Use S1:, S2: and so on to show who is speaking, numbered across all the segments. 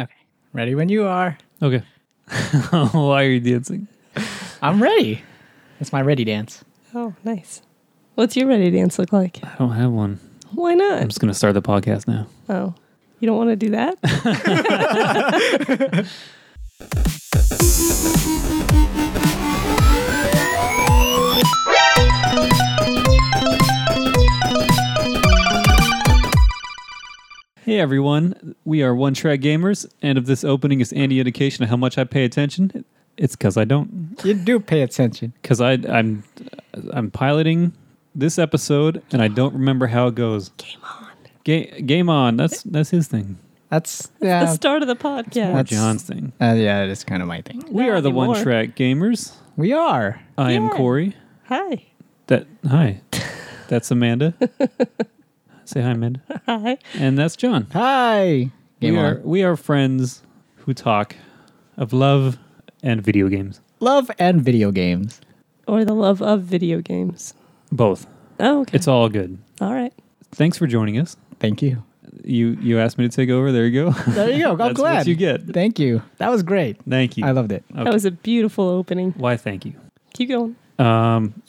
S1: Okay. Ready when you are.
S2: Okay. Why are you dancing?
S1: I'm ready. That's my ready dance.
S3: Oh, nice. What's your ready dance look like?
S2: I don't have one.
S3: Why
S2: I'm
S3: not?
S2: just gonna start the podcast now.
S3: Oh, you don't want to do that?
S2: Hey everyone, we are One Track Gamers, and if this opening is any indication of how much I pay attention, it's because I don't.
S1: You do pay attention.
S2: Because I I'm I'm piloting this episode, and I don't remember how it goes.
S3: Game on.
S2: Ga- game on. That's that's his thing.
S1: That's yeah.
S3: The start of the
S2: Or
S3: podcast.
S1: That's-
S2: John's thing.
S1: uh, yeah, it is kind of my thing.
S2: We
S3: Not
S2: are the One
S3: anymore.
S2: Track Gamers.
S1: We are.
S2: I am
S3: Yeah.
S2: Corey.
S3: Hi.
S2: That hi. That's Amanda. Say hi, Amanda.
S3: Hi.
S2: And that's John.
S1: Hi. Game
S2: we
S1: on.
S2: are we are friends who talk of love and video games.
S1: Love and video games.
S3: Or the love of video games.
S2: Both.
S3: Oh, okay.
S2: It's all good.
S3: all right.
S2: Thanks for joining us.
S1: Thank you.
S2: You you asked me to take over. There you go.
S1: There you go. I'm
S2: That's what
S1: glad.
S2: you get.
S1: Thank you. That was great.
S2: thank you.
S1: I loved it.
S2: Okay.
S3: That was a beautiful opening.
S2: Why thank you.
S3: Keep going.
S2: Um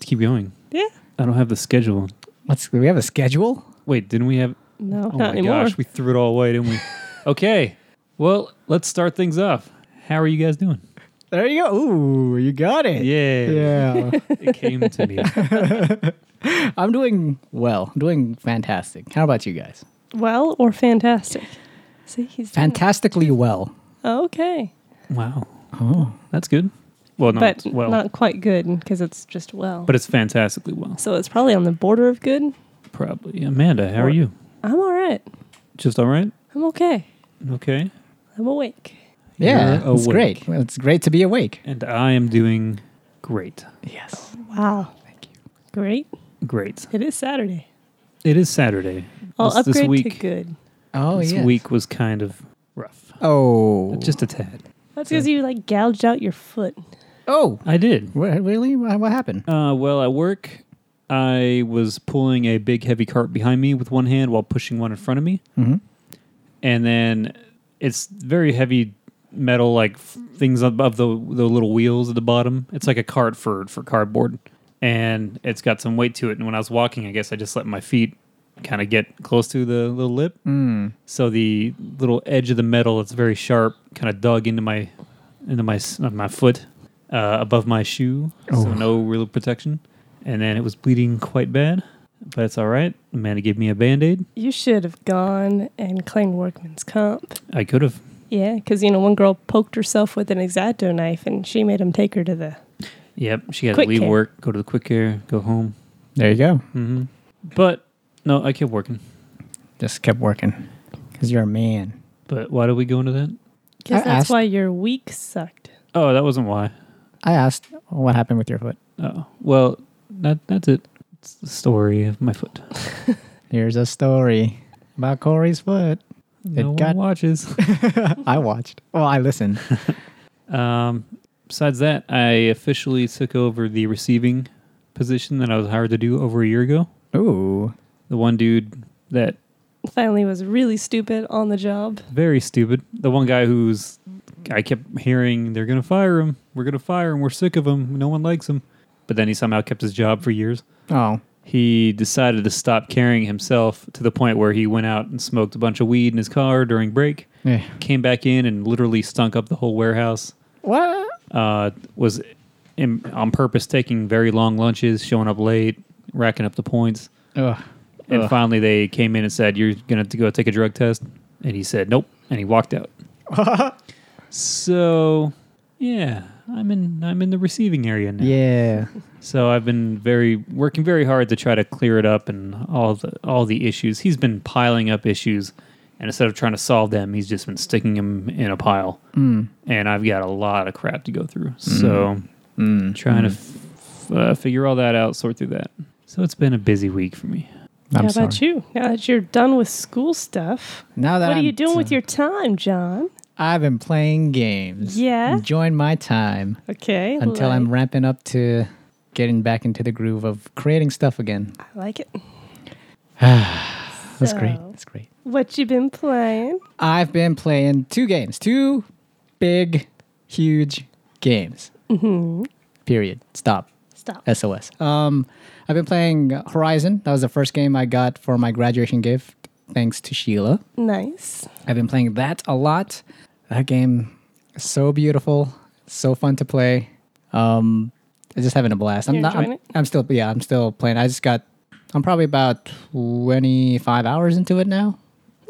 S2: to keep going.
S3: Yeah.
S2: I don't have the schedule.
S1: What's do we have a schedule?
S2: Wait, didn't we have
S3: No,
S2: Oh
S3: not
S2: my
S3: anymore.
S2: gosh, we threw it all away, didn't we? okay. Well, let's start things off. How are you guys doing?
S1: There you go. Ooh, you got it.
S2: Yeah.
S1: Yeah.
S2: It came to me.
S1: I'm doing well. I'm doing fantastic. How about you guys?
S3: well or fantastic? See, he's doing it.
S1: Fantastically well.
S3: Okay.
S2: Wow.
S1: Oh.
S2: That's good. Well, no,
S3: but
S2: it's well,
S3: not quite good because it's just well.
S2: but it's fantastically well.
S3: so it's probably on the border of good.
S2: Probably. Amanda, how are
S3: What?
S2: you?
S3: I'm all right.
S2: Just all right?
S3: I'm okay.
S2: Okay.
S3: I'm awake.
S1: Yeah.
S2: You're
S1: it's
S2: awake.
S1: great. Well, It's great to be awake.
S2: And I am doing great.
S1: Yes.
S3: Wow. Thank you. Great.
S2: Great.
S3: It is Saturday.
S2: It is Saturday.
S3: I'll
S2: this,
S3: upgrade
S2: this week,
S3: to good.
S1: Oh
S2: This
S1: yes.
S2: week was kind of rough.
S1: Oh.
S2: Just a tad.
S3: That's because you like gouged out your foot.
S1: Oh.
S2: I did.
S1: Wha- really? Wha- What happened?
S2: Uh, well, at work, I was pulling a big heavy cart behind me with one hand while pushing one in front of me.
S1: Mhm.
S2: And then it's very heavy metal, like f- things above the, the little wheels at the bottom. It's like a cart for, for cardboard. And it's got some weight to it. And when I was walking, I guess I just let my feet kind of get close to the little lip.
S1: Mm.
S2: So the little edge of the metal that's very sharp kind of dug into my into my s- uh, my foot uh, above my shoe. So
S1: Oh.
S2: no real protection. And then it was bleeding quite bad, but it's all right. Amanda gave me a band aid.
S3: You should have gone and claimed workman's comp.
S2: I could have.
S3: Yeah, because you know one girl poked herself with an exacto knife, and she made him take her to the.
S2: Yep. She had to
S3: Quick
S2: leave
S3: care.
S2: work, go to the quick care, go home.
S1: There you go.
S2: hmm But no, I kept working.
S1: Just kept working. Cause you're a man.
S2: But why did we go into that?
S3: Because
S1: I
S3: that's
S1: asked-
S3: why your week sucked.
S2: Oh, that wasn't why.
S1: I asked what happened with your foot.
S2: Oh, well, that that's it. It's the story of my foot.
S1: Here's a story about Corey's foot.
S2: No one
S1: got-
S2: watches.
S1: I watched. Well, I listened.
S2: Um, besides that, I officially took over the receiving position that I was hired to do over a year ago.
S1: Ooh.
S2: The one dude that
S3: Finally, was really stupid on the job.
S2: very stupid. The one guy who's I kept hearing they're gonna fire him. We're gonna fire him. We're sick of him. No one likes him. But then he somehow kept his job for years.
S1: Oh.
S2: He decided to stop carrying himself to the point where he went out and smoked a bunch of weed in his car during break.
S1: Yeah.
S2: Came back in and literally stunk up the whole warehouse.
S1: What?
S2: uh, was in, on purpose taking very long lunches, showing up late, racking up the points.
S1: Ugh.
S2: And
S1: Ugh.
S2: finally, they came in and said, You're going to have to go take a drug test. And he said, Nope. And he walked out. so, yeah, I'm in, I'm in the receiving area now.
S1: Yeah.
S2: So I've been very working very hard to try to clear it up and all the all the issues. He's been piling up issues, and instead of trying to solve them, he's just been sticking them in a pile.
S1: Mm.
S2: And I've got a lot of crap to go through. So
S1: Mm.
S2: trying to f- uh, figure all that out, sort through that. So it's been a busy week for me.
S1: I'm
S3: How
S1: sorry.
S3: about you? Now that you're done with school stuff,
S1: Now that
S3: what are
S1: I'm
S3: you doing with
S1: done,
S3: your time, John?
S1: I've been playing games.
S3: Yeah?
S1: Enjoying my time
S3: Okay.
S1: mm. until
S3: like-
S1: I'm ramping up to getting back into the groove of creating stuff again.
S3: I like it.
S1: That's great.
S3: So-
S1: That's great.
S3: What you been playing?
S1: I've been playing two games, two big, huge games. Mm-hmm. Period. Stop.
S3: Stop.
S1: SOS. Um, I've been playing Horizon. That was the first game I got for my graduation gift, thanks to Sheila.
S3: Nice.
S1: I've been playing that a lot. That game is so beautiful, so fun to play. Um, I'm just having a blast. I'm
S3: You're
S1: not. I'm,
S3: enjoying it?
S1: I'm still. Yeah, I'm still playing. I just got. I'm probably about 25 hours into it now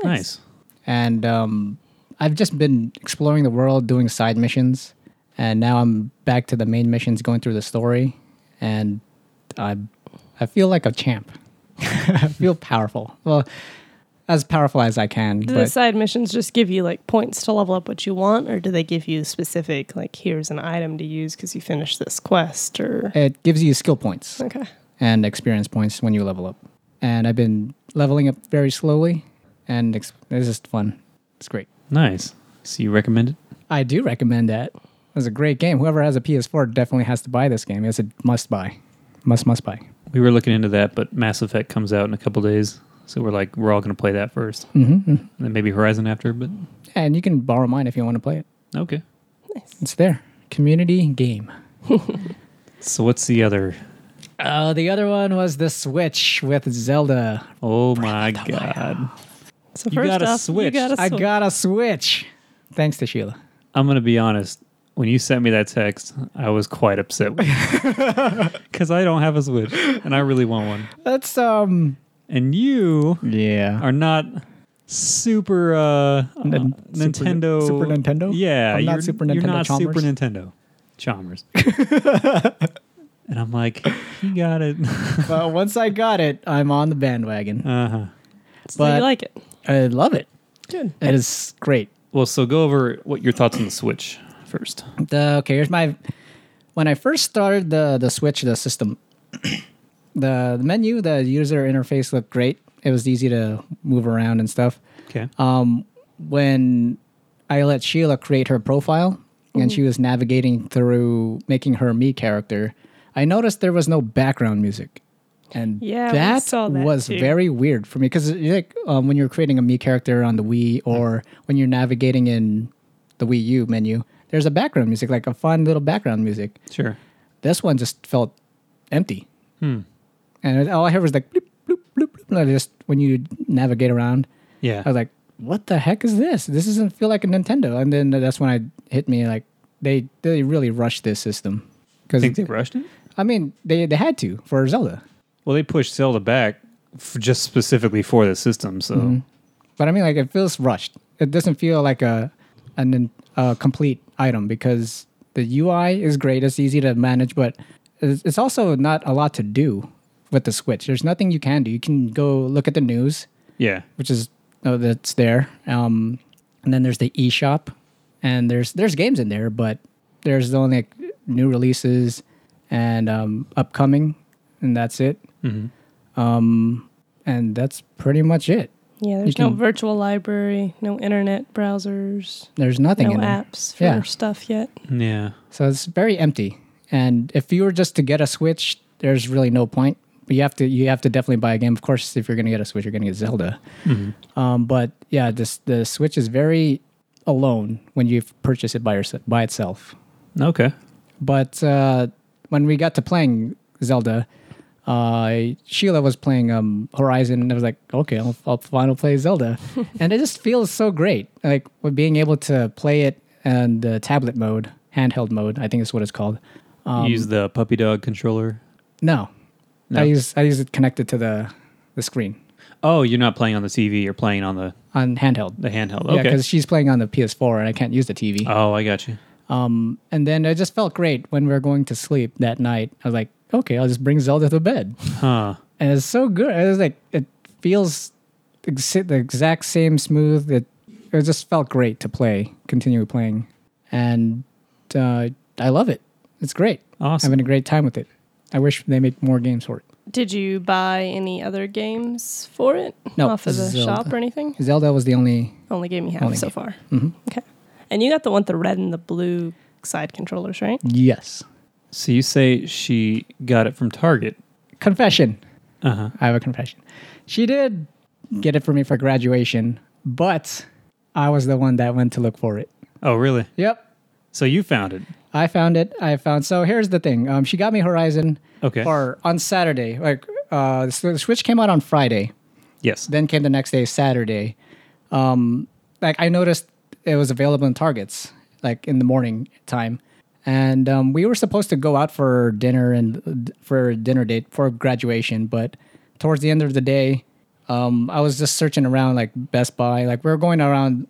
S2: Nice.
S1: and um, I've just been exploring the world, doing side missions, and now I'm back to the main missions, going through the story, and I, I feel like a champ. I feel powerful. Well, as powerful as I can.
S3: Do the
S1: but
S3: side missions just give you like points to level up what you want, or do they give you specific like here's an item to use because you finished this quest? Or
S1: it gives you skill points
S3: okay,
S1: and experience points when you level up, and I've been leveling up very slowly, and it's, it's just fun. It's great.
S2: Nice. So you recommend it?
S1: I do recommend that. It was a great game. Whoever has a PS4 definitely has to buy this game. It's a must buy. Must must buy.
S2: We were looking into that, but Mass Effect comes out in a couple days. So we're like, we're all going to play that 1st Mm-hmm. And then maybe Horizon after, but
S1: And you can borrow mine if you want to play it.
S2: okay.
S3: nice.
S1: It's there. Community game.
S2: So what's the other?
S1: Oh, the other one was the Switch with Zelda.
S2: Oh my God.
S3: So
S2: You
S3: first
S2: got a
S3: off, you
S2: Switch.
S3: got a
S1: I
S3: Switch.
S1: got a Switch. Thanks to Sheila.
S2: I'm going to be honest. When you sent me that text, I was quite upset because I don't have a Switch and I really want one.
S1: That's um
S2: And you
S1: yeah.
S2: are not super uh, uh,
S1: Nin-
S2: Nintendo.
S1: Super- Super Nintendo?
S2: Yeah,
S1: I'm not
S2: you're,
S1: Super
S2: You're
S1: Nintendo
S2: not Super
S1: Chalmers?
S2: Nintendo Chalmers. and I'm like, you got it.
S1: well, once I got it, I'm on the bandwagon.
S2: Uh huh.
S3: So you
S1: but-
S3: like it?
S1: I love it.
S3: Good.
S1: It is great.
S2: Well, so go over what your thoughts on the Switch first.
S1: the okay here's my when i first started the the switch the system the, the menu the user interface looked great it was easy to move around and stuff
S2: Okay.
S1: um when i let sheila create her profile and
S3: Mm-hmm.
S1: she was navigating through making her me character i noticed there was no background music and
S3: Yeah, we
S1: that,
S3: saw that
S1: was
S3: too.
S1: very weird for me because like um, when you're creating a me character on the Wii or when you're navigating in the Wii U menu, there's a background music, like a fun little background music.
S2: sure.
S1: This one just felt empty, and all I heard was like bloop bloop bloop bloop. And I just when you navigate around,
S2: Yeah.
S1: I was like, "What the heck is this? This doesn't feel like a Nintendo." And then that's when I hit me like they they really rushed this system because
S2: think they rushed it?
S1: I mean they they had to for Zelda.
S2: Well, they pushed Zelda back f just specifically for the system. So
S1: But I mean, like, it feels rushed. It doesn't feel like a an, a complete item because the UI is great. It's easy to manage, but it's it's also not a lot to do with the Switch. There's nothing you can do. You can go look at the news,
S2: yeah.
S1: which is oh, that's there. Um, and then there's the eShop, and there's there's games in there, but there's only like, new releases and um, upcoming, and that's it.
S2: Mm-hmm.
S1: Um, and that's pretty much it.
S3: Yeah, there's
S1: You
S3: no
S1: can-
S3: virtual library, no internet browsers,
S1: There's nothing
S3: no
S1: in there.
S3: apps for
S1: Yeah.
S3: stuff yet.
S2: Yeah.
S1: So it's very empty. And if you were just to get a Switch, there's really no point. But you have to you have to definitely buy a game. Of course, if you're gonna get a Switch, you're gonna get Zelda. Um, but yeah, this the Switch is very alone when you purchase it by yourself by itself.
S2: Okay.
S1: But uh, when we got to playing Zelda, uh, Sheila was playing um, Horizon, and I was like, okay, I'll, I'll final play Zelda, and it just feels so great, like with being able to play it in the tablet mode, handheld mode, I think is what it's called. Um,
S2: Use the puppy dog controller.
S1: no,
S2: No.
S1: I use I use it connected to the the screen
S2: Oh, you're not playing on the TV. You're playing on the,
S1: on handheld.
S2: the handheld.
S1: Yeah,
S2: Okay.
S1: because she's playing on the PS4 and I can't use the TV.
S2: oh, I got you.
S1: Um, and then it just felt great when we were going to sleep that night. I was like, okay, I'll just bring Zelda to bed.
S2: Huh.
S1: and it's so good. It was like it feels ex- the exact same smooth. It it just felt great to play, continue playing, and uh, I love it. It's great.
S2: Awesome.
S1: Having a great time with it. I wish they make more games for it.
S3: Did you buy any other games for it
S1: No,
S3: off of the
S1: Zelda.
S3: shop or anything?
S1: Zelda was the only.
S3: Only gave me half
S1: Only
S3: so
S1: game. Mm-hmm.
S3: far. Okay. And you got the one with the red and the blue side controllers, right?
S1: Yes.
S2: So you say she got it from Target.
S1: Confession.
S2: Uh huh.
S1: I have a confession. She did get it for me for graduation, but I was the one that went to look for it.
S2: Oh, really?
S1: Yep.
S2: So you found it?
S1: I found it. I found. So here's the thing. Um, she got me Horizon.
S2: Okay.
S1: Or on Saturday, like uh, so the Switch came out on Friday.
S2: Yes.
S1: Then came the next day, Saturday. Um, like I noticed it was available in Targets, like in the morning time, and um, we were supposed to go out for dinner and for a dinner date for graduation, but towards the end of the day, um, I was just searching around like Best Buy, like we were going around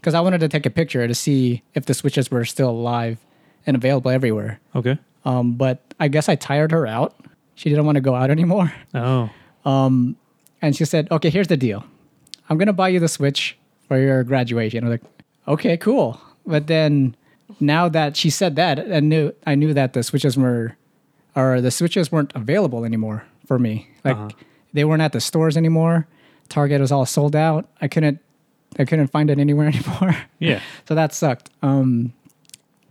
S1: because I wanted to take a picture to see if the switches were still alive and available everywhere.
S2: Okay.
S1: Um, but I guess I tired her out. She didn't want to go out anymore.
S2: Oh.
S1: And she said, okay, here's the deal. I'm going to buy you the Switch for your graduation. I'm like, okay, cool. But then now that she said that, I knew, I knew that the Switches were, or the Switches weren't available anymore for me. Like they weren't at the stores anymore. Target was all sold out. I couldn't, I couldn't find it anywhere anymore.
S2: Yeah.
S1: so that sucked. Um,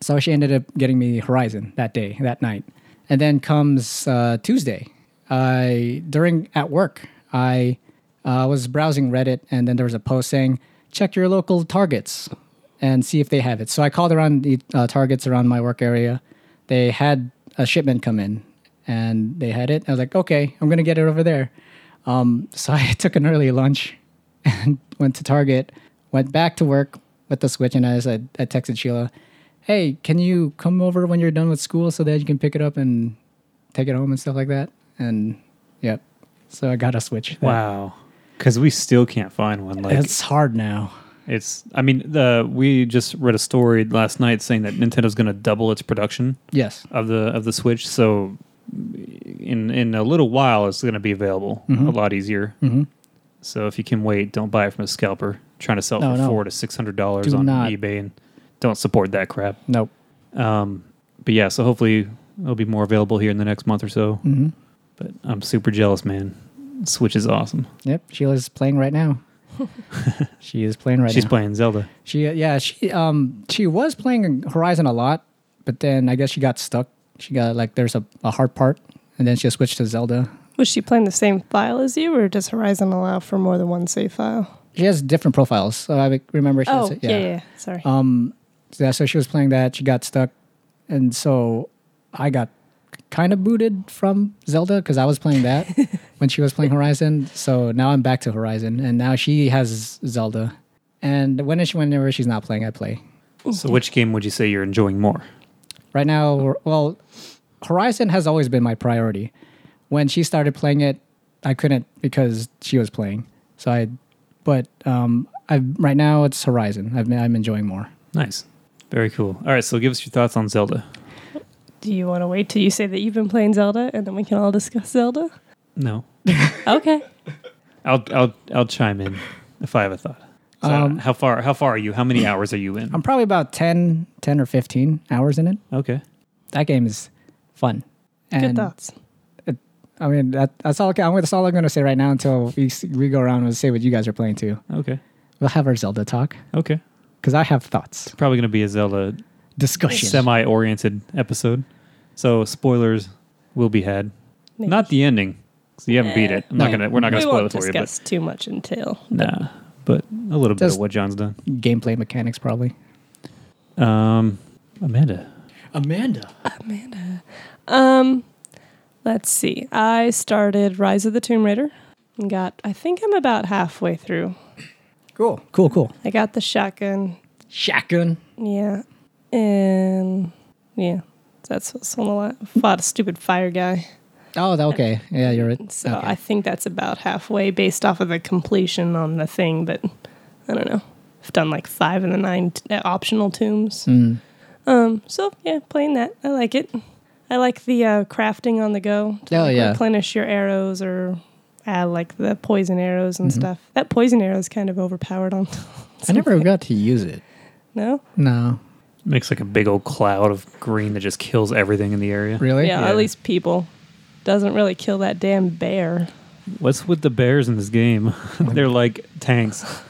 S1: so she ended up getting me Horizon that day, that night, and then comes uh, Tuesday. I during at work, I uh, was browsing Reddit, and then there was a post saying, "Check your local Targets and see if they have it." So I called around the uh, Targets around my work area. They had a shipment come in, and they had it. I was like, "Okay, I'm gonna get it over there." Um, so I took an early lunch and went to Target, went back to work with the Switch, and I said, I texted Sheila, "Hey, can you come over when you're done with school so that you can pick it up and take it home and stuff like that?" And yep, so I got a Switch.
S2: Wow. Because we still can't find one. Like
S1: it's hard now.
S2: it's. I mean, the we just read a story last night saying that Nintendo's going to double its production
S1: Yes,
S2: of the of the Switch. So in in a little while, it's going to be available. A lot easier. Mm-hmm. So if you can wait, don't buy it from a scalper trying to sell it
S1: No,
S2: for
S1: no.
S2: four to six hundred dollars
S1: Do
S2: on
S1: not.
S2: eBay, and don't support that crap.
S1: nope.
S2: Um, but yeah, so hopefully it'll be more available here in the next month or so.
S1: hmm
S2: But I'm super jealous, man. Switch is awesome.
S1: Yep, Sheila's playing right now. she is playing right
S2: She's
S1: now.
S2: playing Zelda.
S1: She uh, yeah she um she was playing Horizon a lot, but then I guess she got stuck. She got like there's a, a hard part, and then she switched to Zelda.
S3: Was she playing the same file as you, or does Horizon allow for more than one save file?
S1: She has different profiles, so I remember. She
S3: Oh,
S1: was,
S3: yeah, yeah. Sorry.
S1: Um, yeah, so she was playing that. She got stuck, and so I got kind of booted from Zelda because I was playing that when she was playing Horizon. So now I'm back to Horizon, and now she has Zelda. And when is she, whenever she's not playing, I play.
S2: So, which game would you say you're enjoying more?
S1: Right now, we're- well, Horizon has always been my priority. When she started playing it, I couldn't because she was playing. So I, but um, I right now it's Horizon. I've, I'm enjoying more.
S2: Nice. Very cool. All right, so give us your thoughts on Zelda.
S3: Do you want to wait till you say that you've been playing Zelda, and then we can all discuss Zelda?
S2: No,
S3: Okay.
S2: I'll I'll I'll chime in if I have a thought. So, uh,
S1: Um,
S2: how far how far are you? How many hours are you in?
S1: I'm probably about 10, 10 or 15 hours in it.
S2: Okay.
S1: That game is fun. And
S3: Good thoughts.
S1: I mean, that, that's all. I'm, that's all I'm going to say right now until we s- we go around and say what you guys are playing too.
S2: Okay.
S1: We'll have our Zelda talk
S2: Okay.
S1: because I have thoughts,
S2: Probably going to be a Zelda
S1: discussion.
S2: semi-oriented episode. So, spoilers will be had.
S3: Maybe.
S2: Not the ending. So you haven't beat it. I'm not
S1: No.
S2: gonna. We're not gonna
S3: Eh, we
S2: spoil
S3: won't
S2: it for you. But
S3: discuss too much until.
S2: nah. But a little bit of
S1: Just-
S2: what John's done.
S1: Gameplay mechanics, probably.
S2: Um, Amanda.
S1: Amanda.
S3: Um, let's see. I started Rise of the Tomb Raider and got. I think I'm about halfway through.
S1: Cool. Cool. Cool.
S3: I got the shotgun.
S1: Shotgun.
S3: Yeah, and yeah, that's what's on the lot. Fought a stupid fire guy.
S1: Oh, that- okay. Yeah, you're right.
S3: So
S1: okay.
S3: I think that's about halfway based off of the completion on the thing, but I don't know. I've done like five of the nine t- uh, optional tombs.
S1: Mm.
S3: Um, so yeah, playing that. I like it. I like the uh, crafting on the go. To
S1: Oh,
S3: like,
S1: yeah.
S3: Replenish your arrows or add like the poison arrows and stuff. That poison arrow is kind of overpowered on.
S1: Mm-hmm. I never got to use it.
S3: No?
S1: No.
S2: Makes like a big old cloud of green that just kills everything in the area.
S1: Really?
S3: yeah,
S2: yeah.
S3: at least people. Doesn't really kill that damn bear.
S2: What's with the bears in this game? They're like tanks.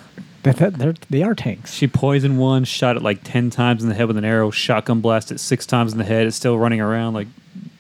S1: That, that, they're, they are tanks.
S2: She poisoned one, shot it like 10 times in the head with an arrow, shotgun blast it six times in the head. It's still running around like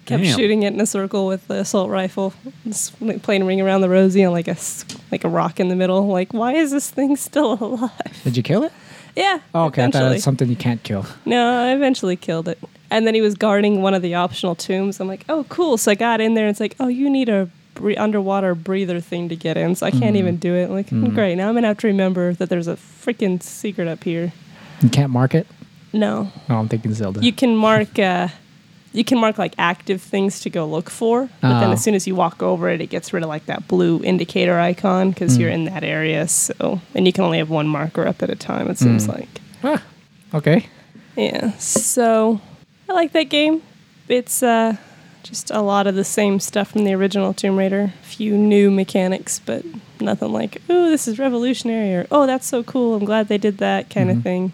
S3: kept
S2: Damn.
S3: shooting it in a circle with the assault rifle, just like playing Ring Around the Rosie on like a s- like a rock in the middle. Like, why is this thing still alive?
S1: Did you kill it?
S3: Yeah.
S1: Oh, okay, I thought
S3: eventually.
S1: that's something you can't kill.
S3: No, I eventually killed it. And then he was guarding one of the optional tombs. I'm like, oh, cool. So I got in there and it's like, oh, you need a bre- underwater breather thing to get in. So I
S1: Mm-hmm.
S3: can't even do it. I'm like, great. Now I'm going to have to remember that there's a freaking secret up here.
S1: You can't mark it.
S3: No.
S1: No, I'm thinking Zelda.
S3: You can mark. Uh, you can mark like active things to go look for, but then
S1: Oh.
S3: as soon as you walk over it, it gets rid of like that blue indicator icon because you're in that area. So, and you can only have one marker up at a time. It seems like.
S1: Ah, okay.
S3: Yeah. So I like that game. It's uh, just a lot of the same stuff from the original Tomb Raider. A few new mechanics, but nothing like, ooh, this is revolutionary or, oh, that's so cool. I'm glad they did that kind
S1: Mm-hmm.
S3: of thing.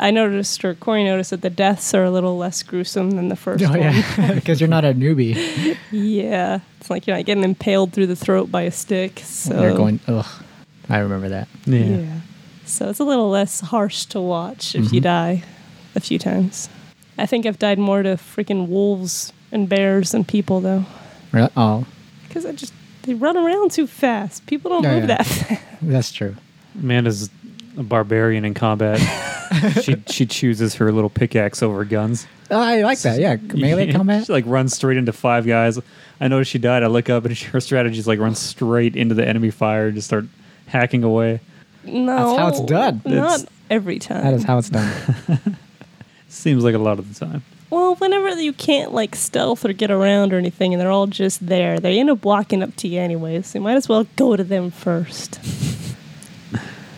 S3: I noticed, or Corey noticed, that the deaths are a little less gruesome than the first
S1: Oh
S3: one.
S1: yeah, because you're not a newbie.
S3: Yeah. It's like you're not getting impaled through the throat by a stick. So
S1: You're going. Ugh, I remember that.
S2: Yeah.
S3: So it's a little less harsh to watch if
S1: Mm-hmm.
S3: you die a few times. I think I've died more to freaking wolves and bears than people though,
S1: Re- Oh,
S3: because I just they run around too fast. People don't
S1: Yeah,
S3: move
S1: yeah.
S3: that fast.
S1: that's true.
S2: Amanda's a barbarian in combat. she she chooses her little pickaxe over guns.
S1: Oh, I like that. Yeah, melee combat.
S2: She like runs straight into five guys. I noticed she died. I look up and she, her strategy is like run straight into the enemy fire and just start hacking away.
S3: No,
S1: how it's done.
S3: Not
S2: It's-
S3: every time.
S1: That is how it's done.
S2: Seems like a lot of the time.
S3: well, whenever you can't like stealth or get around or anything, and they're all just there, they end up walking up to you anyways. So you might as well go to them first.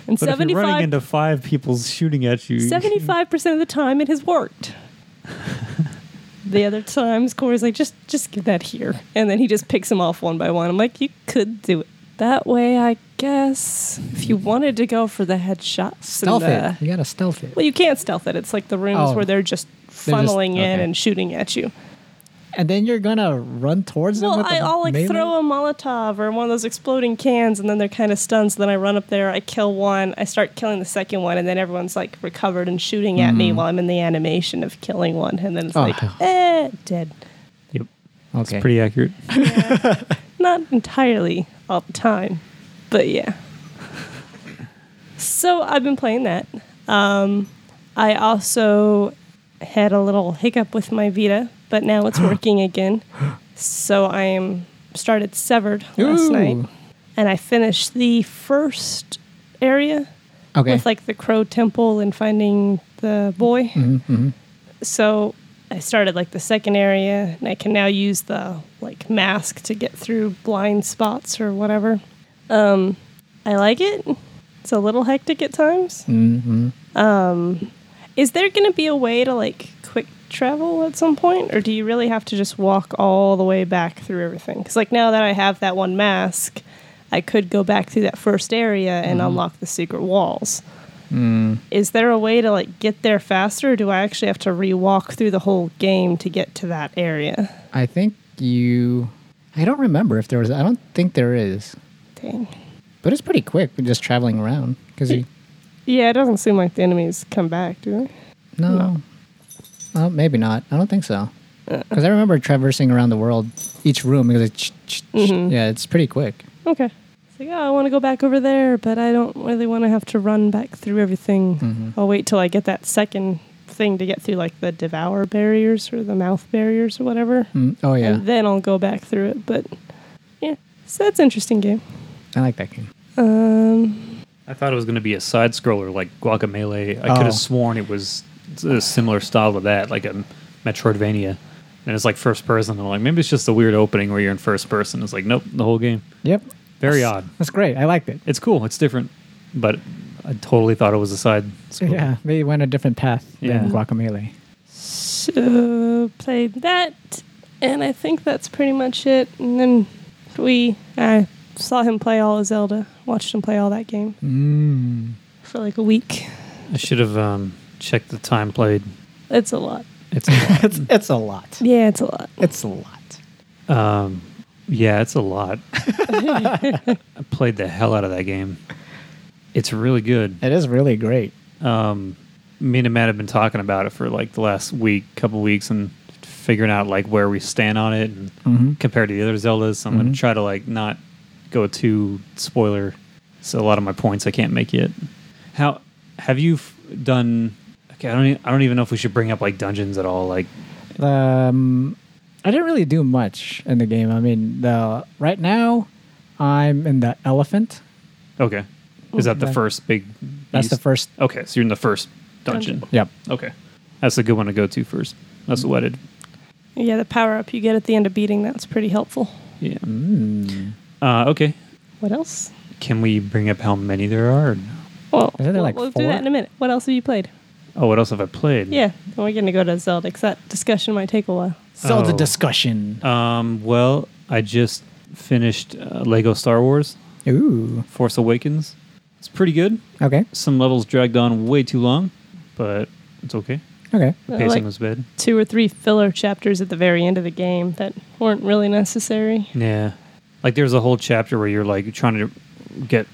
S3: And
S2: But if you're running
S3: seventy-five
S2: into five people shooting at you,
S3: Seventy-five percent of the time, it has worked. the other times, Corey's like, "Just, just give that here," and then he just picks them off one by one. I'm like, "You could do it that way, I guess, if you wanted to go for the headshots." and
S1: Stealth
S3: the-
S1: it. You gotta stealth it.
S3: Well, you can't stealth it. It's like the rooms
S1: Oh.
S3: where they're just
S1: They're just-
S3: funneling in
S1: okay.
S3: and shooting at you.
S1: And then you're gonna run towards them.
S3: Well,
S1: with the
S3: I, I'll like
S1: melee?
S3: throw a Molotov or one of those exploding cans, and then they're kind of stunned. So then I run up there, I kill one, I start killing the second one, and then everyone's like recovered and shooting at me while I'm in the animation of killing one, and then it's
S1: Mm-hmm. Oh.
S3: like, eh, dead.
S2: Yep,
S1: Okay.
S2: it's pretty accurate.
S3: Not entirely all the time, but yeah. so I've been playing that. Um, I also had a little hiccup with my Vita, but now it's working again. So I am started Severed last
S1: Ooh.
S3: night, and I finished the first area
S1: okay.
S3: with like the Crow Temple and finding the boy. So I started like the second area, and I can now use the like mask to get through blind spots or whatever. Um, I like it. It's a little hectic at times. Mm-hmm. Um, is there going to be a way to like quick travel at some point, or do you really have to just walk all the way back through everything? Because like now that I have that one mask. I could go back through that first area and unlock the secret walls is there a way to like get there faster or do i actually have to re-walk through the whole game to get to that area
S1: I think you. I don't remember if there was. I don't think there is.
S3: dang
S1: But it's pretty quick. Just traveling around because you.
S3: yeah it doesn't seem like the enemies come back do they
S1: No. Oh, maybe not. I don't think so.
S3: Uh.
S1: Because I remember traversing around the world, each room. Because it, ch- ch- ch-
S3: Mm-hmm.
S1: yeah, it's pretty quick.
S3: okay it's like oh i want to go back over there but i don't really want to have to run back through everything i'll wait till i get that second thing to get through like the devour barriers or the mouth barriers or whatever
S1: Mm, Oh yeah,
S3: and then i'll go back through it but yeah so that's an interesting game
S1: I like that game.
S3: um
S2: I thought it was going to be a side scroller like Guacamelee. I
S1: Oh.
S2: could have sworn it was a similar style to that, like a Metroidvania. And it's like first person. I'm like, maybe it's just a weird opening where you're in first person. It's like, nope, the whole game.
S1: Yep,
S2: Very odd.
S1: that's great. I liked it.
S2: It's cool. It's different, but I totally thought it was a side scroller.
S1: Yeah, they went a different path
S2: Yeah.
S1: than Guacamole.
S3: So played that, and I think that's pretty much it. And then we, I saw him play all of Zelda, watched him play all that game for like a week.
S2: I should have um, checked the time played.
S3: It's a lot.
S2: It's a
S1: It's it's a lot.
S3: Yeah, it's a lot.
S1: It's a lot.
S2: lot. um, yeah, it's a lot. I played the hell out of that game. It's really good.
S1: It is really great.
S2: um, me and Matt have been talking about it for like the last week, couple weeks, and figuring out like where we stand on it and
S1: Mm-hmm.
S2: compared to the other Zeldas. So I'm going to try to like not go too spoiler. So a lot of my points I can't make yet. How have you f- done? Okay, I don't. e- I don't even know if we should bring up like dungeons at all. Like,
S1: Um, I didn't really do much in the game. I mean, the right now, I'm in the elephant.
S2: okay, is that the
S1: That-
S2: first big?
S1: That's the
S2: beast?
S1: first.
S2: Okay, so you're in the first dungeon.
S1: Yep.
S2: Okay, that's a good one to go to first. That's what I did.
S3: Yeah, the power up you get at the end of beating that's pretty helpful.
S2: Yeah. Uh, okay.
S3: What else?
S2: Can we bring up how many there are? or no?
S3: Well,
S1: Isn't there
S3: we'll,
S1: like
S3: we'll
S1: four?
S3: do that in a minute. What else have you played?
S2: Oh, what else have I played?
S3: Yeah, then we're going to go to Zelda 'cause that discussion might take a while.
S1: Zelda
S2: Oh.
S1: discussion.
S2: Um. Well, I just finished uh, Lego Star Wars
S1: Ooh.
S2: Force Awakens. It's pretty good.
S1: Okay.
S2: Some levels dragged on way too long, but it's okay.
S1: Okay.
S2: The
S3: Uh,
S2: pacing
S3: like-
S2: was bad.
S3: Two or three filler chapters at the very end of the game that weren't really necessary.
S2: Yeah. Like there's a whole chapter where you're like trying to get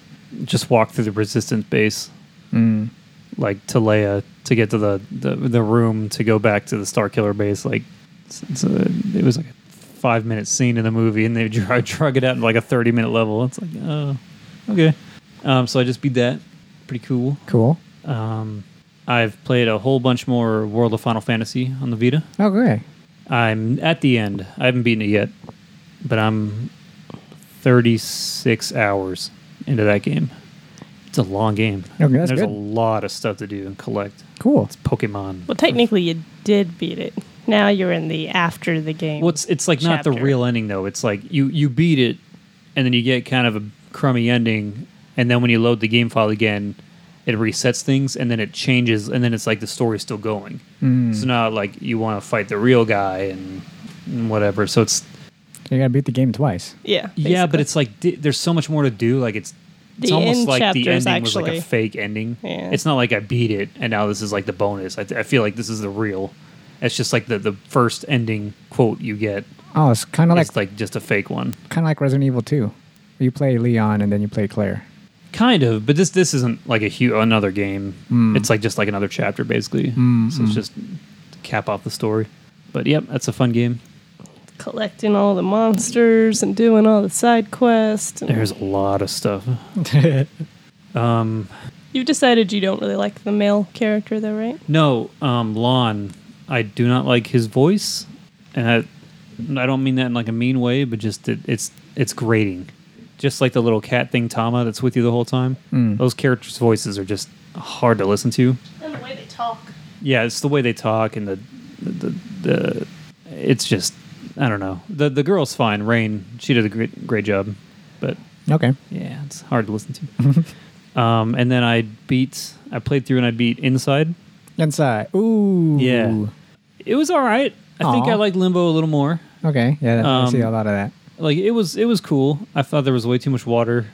S2: just walk through the resistance base
S1: Mm.
S2: like to Leia to get to the, the the room to go back to the Star Killer base. Like it's, it's a, it was like a five minute scene in the movie, and they drug, drug it out to like a thirty minute level. It's like oh, okay. Um, so I just beat that. Pretty cool.
S1: Cool.
S2: Um, I've played a whole bunch more World of Final Fantasy on the Vita.
S1: Okay.
S2: I'm at the end. I haven't beaten it yet, but I'm 36 hours into that game. It's a long game.
S1: Okay, that's
S2: There's a
S1: good.
S2: lot of stuff to do and collect.
S1: Cool.
S2: It's Pokemon.
S3: Well, technically, you did beat it. Now you're in the after the game.
S2: What's it's like not the
S3: chapter.
S2: real ending though. It's like you you beat it, and then you get kind of a crummy ending, and then when you load the game file again, it resets things, and then it changes, and then it's like the story's still going.
S1: Mm.
S2: So now like you want to fight the real guy and, and whatever. So it's
S1: You gotta beat the game twice.
S3: Yeah.
S2: Yeah, but
S3: basically.
S2: it's like di- there's so much more to do. Like it's it's
S3: The
S2: almost
S3: end
S2: like the
S3: chapters,
S2: ending was like a
S3: actually.
S2: fake ending.
S3: Yeah.
S2: It's not like I beat it and now this is like the bonus. I, th- I feel like this is the real. It's just like the the first ending quote you get.
S1: Oh, it's kind of like
S2: it's like just a fake one,
S1: kind of like Resident Evil 2. You play Leon and then you play Claire.
S2: kind of. Mm. But this this isn't like a hu another game. It's like just like another chapter basically. so it's just to cap off the story. But yep, that's a fun game.
S3: collecting all the monsters and doing all the side quests. and-
S2: There's a lot of stuff.
S3: You've decided you don't really like the male character, though, right?
S2: No, um, Lon. I do not like his voice, and I, I don't mean that in like a mean way, but just it, it's it's grating. Just like the little cat thing, Tama, that's with you the whole time. Those characters' voices are just hard to listen to.
S3: And the way they talk.
S2: Yeah, it's the way they talk and the the the. the it's just I don't know. the The girl's fine. Rain, she did a great great job, but
S1: Okay.
S2: yeah, it's hard to listen to. um, and then I beat. I played through and I beat Inside.
S1: Inside. Ooh.
S2: Yeah. It was all right. I think
S1: Aw.
S2: I like Limbo a little more.
S1: Okay. Yeah, I see
S2: Um,
S1: a lot of that.
S2: Like it was, it was cool. I thought there was way too much water. You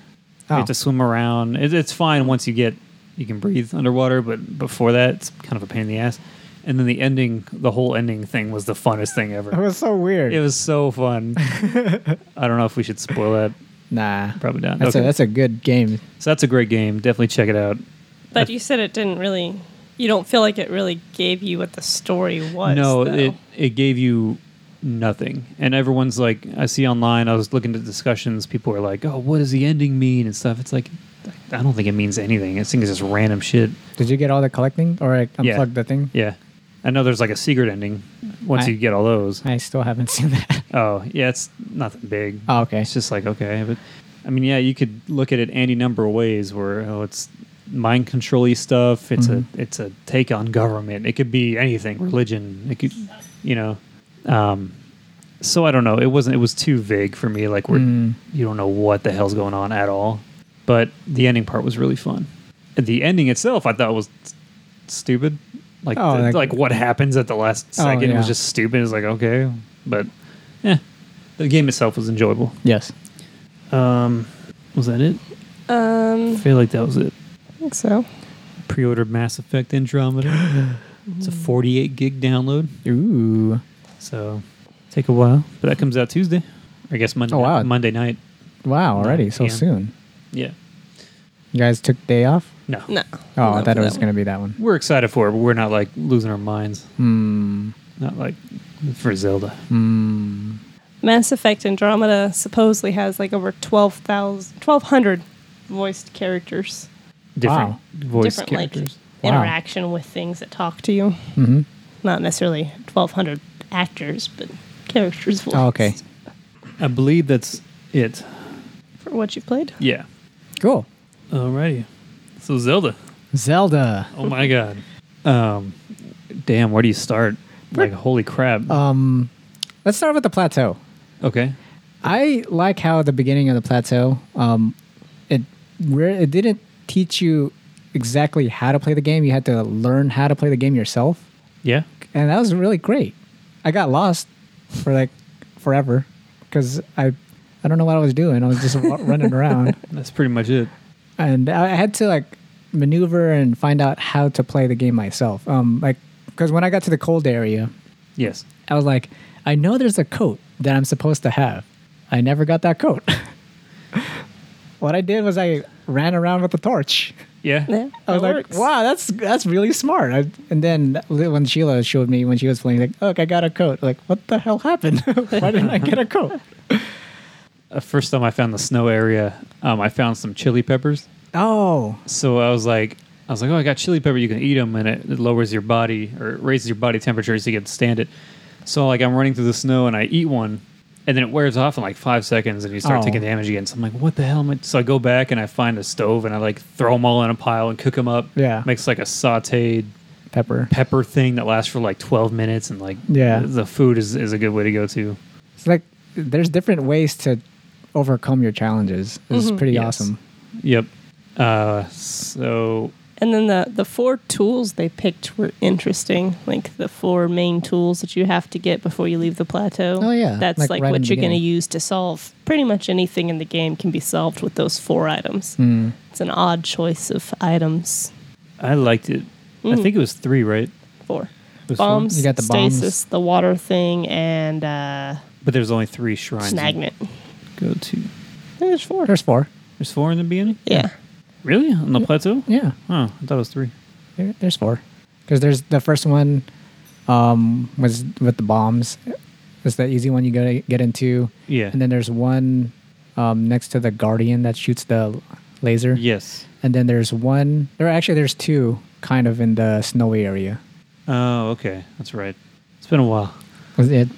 S1: Oh.
S2: have to swim around. It, it's fine once you get, you can breathe underwater, but before that, it's kind of a pain in the ass. And then the ending, the whole ending thing was the funnest thing
S1: It
S2: ever.
S1: was so weird.
S2: It was so fun. I don't know if we should spoil that.
S1: nah.
S2: Probably not.
S1: That's, a,
S2: Okay.
S1: that's a good game.
S2: So that's a great game. Definitely check it out.
S3: But you said it didn't really. You don't feel like it really gave you what the story was.
S2: no
S3: though.
S2: it it gave you nothing and everyone's like i see online i was looking at discussions people are like oh what does the ending mean and stuff it's like i don't think it means anything i think it's just random shit
S1: Did you get all the collecting or like, unplug
S2: Yeah.
S1: the thing?
S2: yeah i know there's like a secret ending once
S1: I-
S2: you get all those
S1: I still haven't seen that.
S2: oh yeah it's nothing big
S1: Oh, okay.
S2: it's just like okay but i mean yeah you could look at it any number of ways where oh it's mind control stuff it's
S1: Mm-hmm.
S2: a it's a take on government it could be anything religion it could you know um so i don't know it wasn't it was too vague for me like we're
S1: Mm.
S2: you don't know what the hell's going on at all but the ending part was really fun the ending itself i thought was s- stupid like
S1: Oh,
S2: the-
S1: like-
S2: like, what happens at the last
S1: Oh,
S2: second was
S1: yeah.
S2: just stupid it's like okay but yeah the game itself was enjoyable
S1: Yes.
S2: um, was that it? I
S3: Um,
S2: feel like that was it.
S3: I think so.
S2: Pre-ordered Mass Effect Andromeda. it's a
S3: Mm.
S2: 48 gig download,
S1: Ooh.
S2: so take a while. But that comes out Tuesday, or I guess Monday.
S1: Oh, wow.
S2: Monday night.
S1: Wow, already so
S2: Yeah.
S1: soon.
S2: Yeah.
S1: You guys took day off?
S2: No.
S3: No.
S1: Oh, I
S3: No,
S1: thought
S3: for
S1: it was
S3: that
S1: going to be that one.
S2: We're excited for it, but we're not like losing our minds.
S1: Hmm.
S2: Not like for Zelda.
S3: Mass Effect Andromeda supposedly has like over 12,000 1,200 voiced characters.
S2: Different
S1: Wow.
S2: voice
S3: different
S2: characters.
S1: Wow.
S3: like interaction with things that talk to you. Mm-hmm. Not necessarily 1,200 actors, but characters voiced.
S1: Oh, okay.
S2: I believe that's it.
S3: For what you've played.
S2: Yeah.
S1: Cool.
S2: Alrighty. So Zelda.
S1: Zelda.
S2: Oh my god. Um, damn. Where do you start? Like holy crap.
S1: Um, let's start with the plateau.
S2: okay.
S1: I like how the beginning of the plateau, um, it re- it didn't teach you exactly how to play the game. You had to learn how to play the game yourself,
S2: Yeah.
S1: and that was really great. I got lost for like forever because I I don't know what I was doing. I was just wa- running around,
S2: That's pretty much it.
S1: and I I had to like maneuver and find out how to play the game myself. Um, like because when I got to the cold area,
S2: Yes.
S1: I was like, I know there's a coat that I'm supposed to have. I never got that coat. what I did was I ran around with a torch.
S2: Yeah.
S3: Yeah,
S1: I
S3: Oh,
S1: was
S3: that
S1: like,
S3: works.
S1: wow, that's that's really smart. I, and then when Sheila showed me when she was playing, like, look, I got a coat. Like, what the hell happened? Why didn't I get a coat?
S2: Uh, first time I found the snow area, um, I found some chili peppers.
S1: Oh,
S2: So I was like, I was like, oh, I got chili pepper. You can eat them, and it, it lowers your body or it raises your body temperature so you can stand it. So like I'm running through the snow and I eat one, and then it wears off in like five seconds, and you start
S1: Oh.
S2: taking damage again. So I'm like, what the hell? Am I? So I go back and I find a stove and I like throw them all in a pile and cook them up.
S1: Yeah.
S2: makes like a sautéed
S1: pepper.
S2: pepper thing that lasts for like 12 minutes, and like
S1: Yeah.
S2: the food is is a good way to go to.
S1: It's like there's different ways to overcome your challenges. It's pretty
S2: Yes.
S1: awesome.
S2: Yep. Uh, so
S3: And then the, the four tools they picked were interesting, like the four main tools that you have to get before you leave the plateau.
S1: Oh, yeah,
S3: That's
S1: like
S3: like,
S1: right in
S3: what
S1: the
S3: you're going to
S1: game.
S3: use to solve pretty much anything in the game can be solved with those four items.
S1: Hmm.
S3: It's an odd choice of items.
S2: I liked it. I
S1: Mm.
S2: think it was three, right?
S3: Four.
S2: It was four?
S3: Bombs,
S1: You got the bombs.
S3: stasis, the water thing, and uh,
S2: But there's only three shrines.
S3: snagnet.
S2: Go to.
S3: I think there's four.
S1: There's four.
S2: There's four in the beginning.
S3: Yeah.
S2: Really? On the plateau?
S1: Yeah.
S2: Oh, I thought it was three.
S1: There, there's four. Because there's the first one um, was with the bombs. It's the easy one you gotta get into.
S2: Yeah.
S1: And then there's one um, next to the guardian that shoots the laser.
S2: Yes.
S1: And then there's one. There actually there's two kind of in the snowy area.
S2: Oh, okay. That's right. It's been a while.
S1: Was it?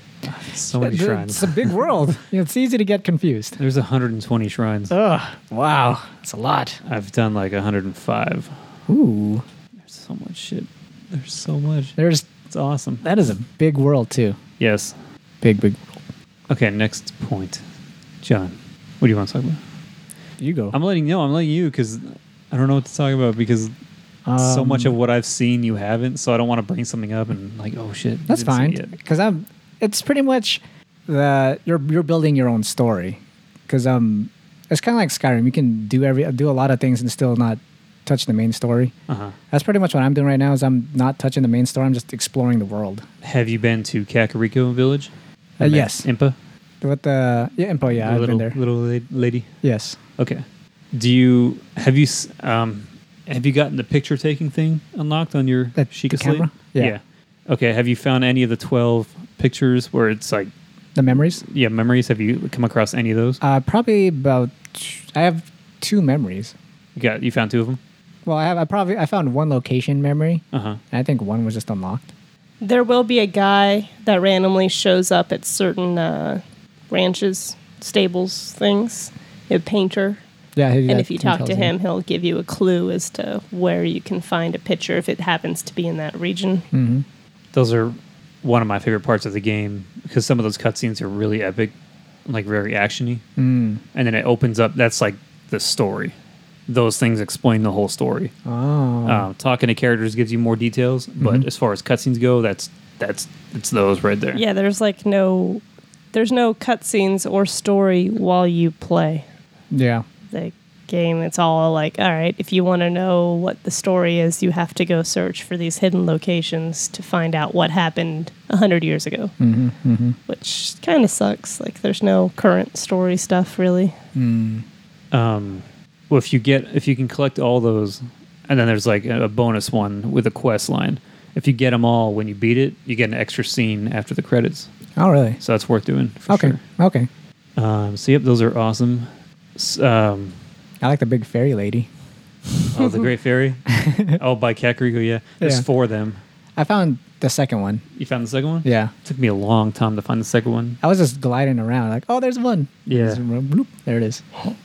S2: So many
S1: It's
S2: shrines.
S1: a big world. It's easy to get confused.
S2: There's 120 shrines.
S1: Ugh! Wow, it's a lot.
S2: I've done like 105.
S1: Ooh,
S2: There's so much shit. There's so much.
S1: there's
S2: It's awesome.
S1: that is a big world too.
S2: Yes.
S1: Big big. world.
S2: Okay. Next point, John. What do you want to talk about?
S1: You go.
S2: I'm letting no. I'm letting you because I don't know what to talk about because so much
S1: Um,
S2: of what I've seen you haven't. So I don't want to bring something up and like, oh shit. you
S1: That's
S2: didn't see
S1: fine
S2: it yet.
S1: because I'm. It's pretty much the you're you're building your own story because um it's kind of like Skyrim. You can do every do a lot of things and still not touch the main story.
S2: Uh-huh.
S1: That's pretty much what I'm doing right now. Is I'm not touching the main story. I'm just exploring the world.
S2: Have you been to Kakariko village?
S1: Uh, yes.
S2: Impa.
S1: What the yeah, Impo, yeah,
S2: The
S1: I've
S2: little,
S1: been there.
S2: Little la- lady.
S1: Yes.
S2: Okay. Do you have you s- um have you gotten the picture taking thing unlocked on your
S1: The-
S2: Sheikah
S1: the
S2: Slate?
S1: camera? Yeah.
S2: Okay. Have you found any of the twelve pictures where it's like
S1: The memories.
S2: yeah memories? Have you come across any of those?
S1: Uh, probably about. I have two memories.
S2: you got you found two of them.
S1: Well, I have. I probably I found one location memory.
S2: Uh huh.
S1: And I think one was just unlocked.
S3: There will be a guy that randomly shows up at certain uh, ranches, stables, things. A painter,
S1: Yeah.
S3: and if you talk to him, he'll give you a clue as to where you can find a picture if it happens to be in that region.
S1: Mm-hmm.
S2: those are one of my favorite parts of the game because some of those cutscenes are really epic, like very actiony,
S1: Mm.
S2: and then it opens up. That's like the story. Those things explain the whole story.
S1: Oh.
S2: Um, talking to characters gives you more details, but
S1: Mhm.
S2: as far as cutscenes go, that's that's it's those right there.
S3: Yeah, there's like no, there's no cutscenes or story while you play
S1: Yeah.
S3: the game. It's all like, all right, if you want to know what the story is, you have to go search for these hidden locations to find out what happened a hundred years ago,
S1: Mm-hmm. Mm-hmm.
S3: which kind of sucks. Like, there's no current story stuff really.
S2: Um, well, if you get if you can collect all those, and then there's like a a bonus one with a quest line, if you get them all when you beat it, you get an extra scene after the credits.
S1: Oh, really?
S2: So that's worth doing. For
S1: Okay. Okay.
S2: Sure. Um, so yep, those are awesome. S- Um,
S1: I like the big fairy lady.
S2: oh, the Great Fairy. oh, by Kakariko. Yeah, there's
S1: Yeah.
S2: four of them.
S1: I found the second one.
S2: You found the second one?
S1: Yeah.
S2: took me a long time to find the second one.
S1: I was just gliding around, like, oh, there's one.
S2: Yeah.
S1: Just ro- bloop, there it is.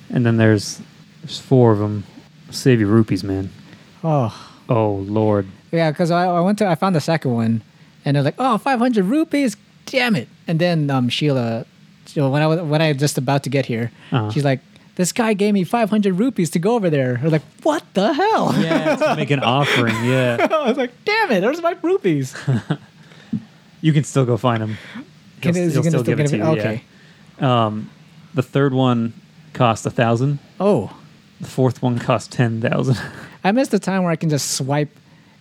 S2: And then there's there's four of them. Save your rupees, man.
S1: Oh,
S2: Oh Lord.
S1: yeah, because I, I went to, I found the second one, and I was like, oh, 500 rupees, damn it. And then um, Sheila, so when I was, when I was just about to get here,
S2: Uh-huh.
S1: she's like, this guy gave me 500 rupees to go over there. I was like, what the hell?
S2: Yeah, to make an offering. Yeah,
S1: I was like, damn it, there's my rupees.
S2: you can still go find them.
S1: Can it- is it gonna still get it- okay.
S2: Um, the third one cost a thousand.
S1: Oh,
S2: The fourth one cost ten thousand.
S1: I missed the time where I can just swipe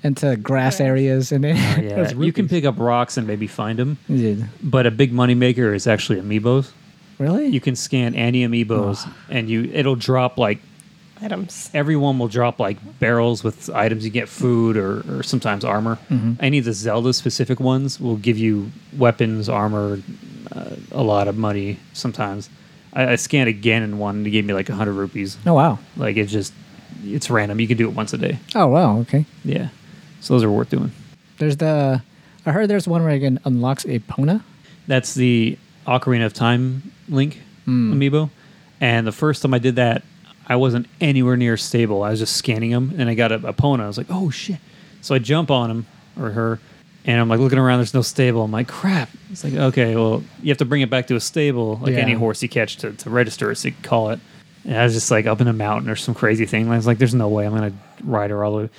S1: into grass areas and then
S2: Oh, yeah, you can pick up rocks and maybe find them.
S1: Yeah.
S2: But a big moneymaker is actually amiibos.
S1: Really?
S2: You can scan any amiibos,
S1: Ah.
S2: and you it'll drop like
S3: Items.
S2: everyone will drop like barrels with items you get food or, or sometimes armor any of the zelda specific ones will give you weapons armor uh, a lot of money sometimes I, I scanned again in one and it gave me like 100 rupees
S1: oh wow.
S2: like it just it's random you can do it once a day
S1: Oh wow. Okay.
S2: yeah so those are worth doing
S1: There's the. I heard there's one where you can unlocks a Pona.
S2: that's the ocarina of time link amiibo and the first time i did that i wasn't anywhere near stable i was just scanning them and i got a, a pona i was like oh shit so i jump on him or her and i'm like looking around there's no stable i'm like crap it's like okay well you have to bring it back to a stable like
S1: Yeah.
S2: any horse you catch to, to register it so you can call it and i was just like up in a mountain or some crazy thing and i was like there's no way i'm gonna ride her all the way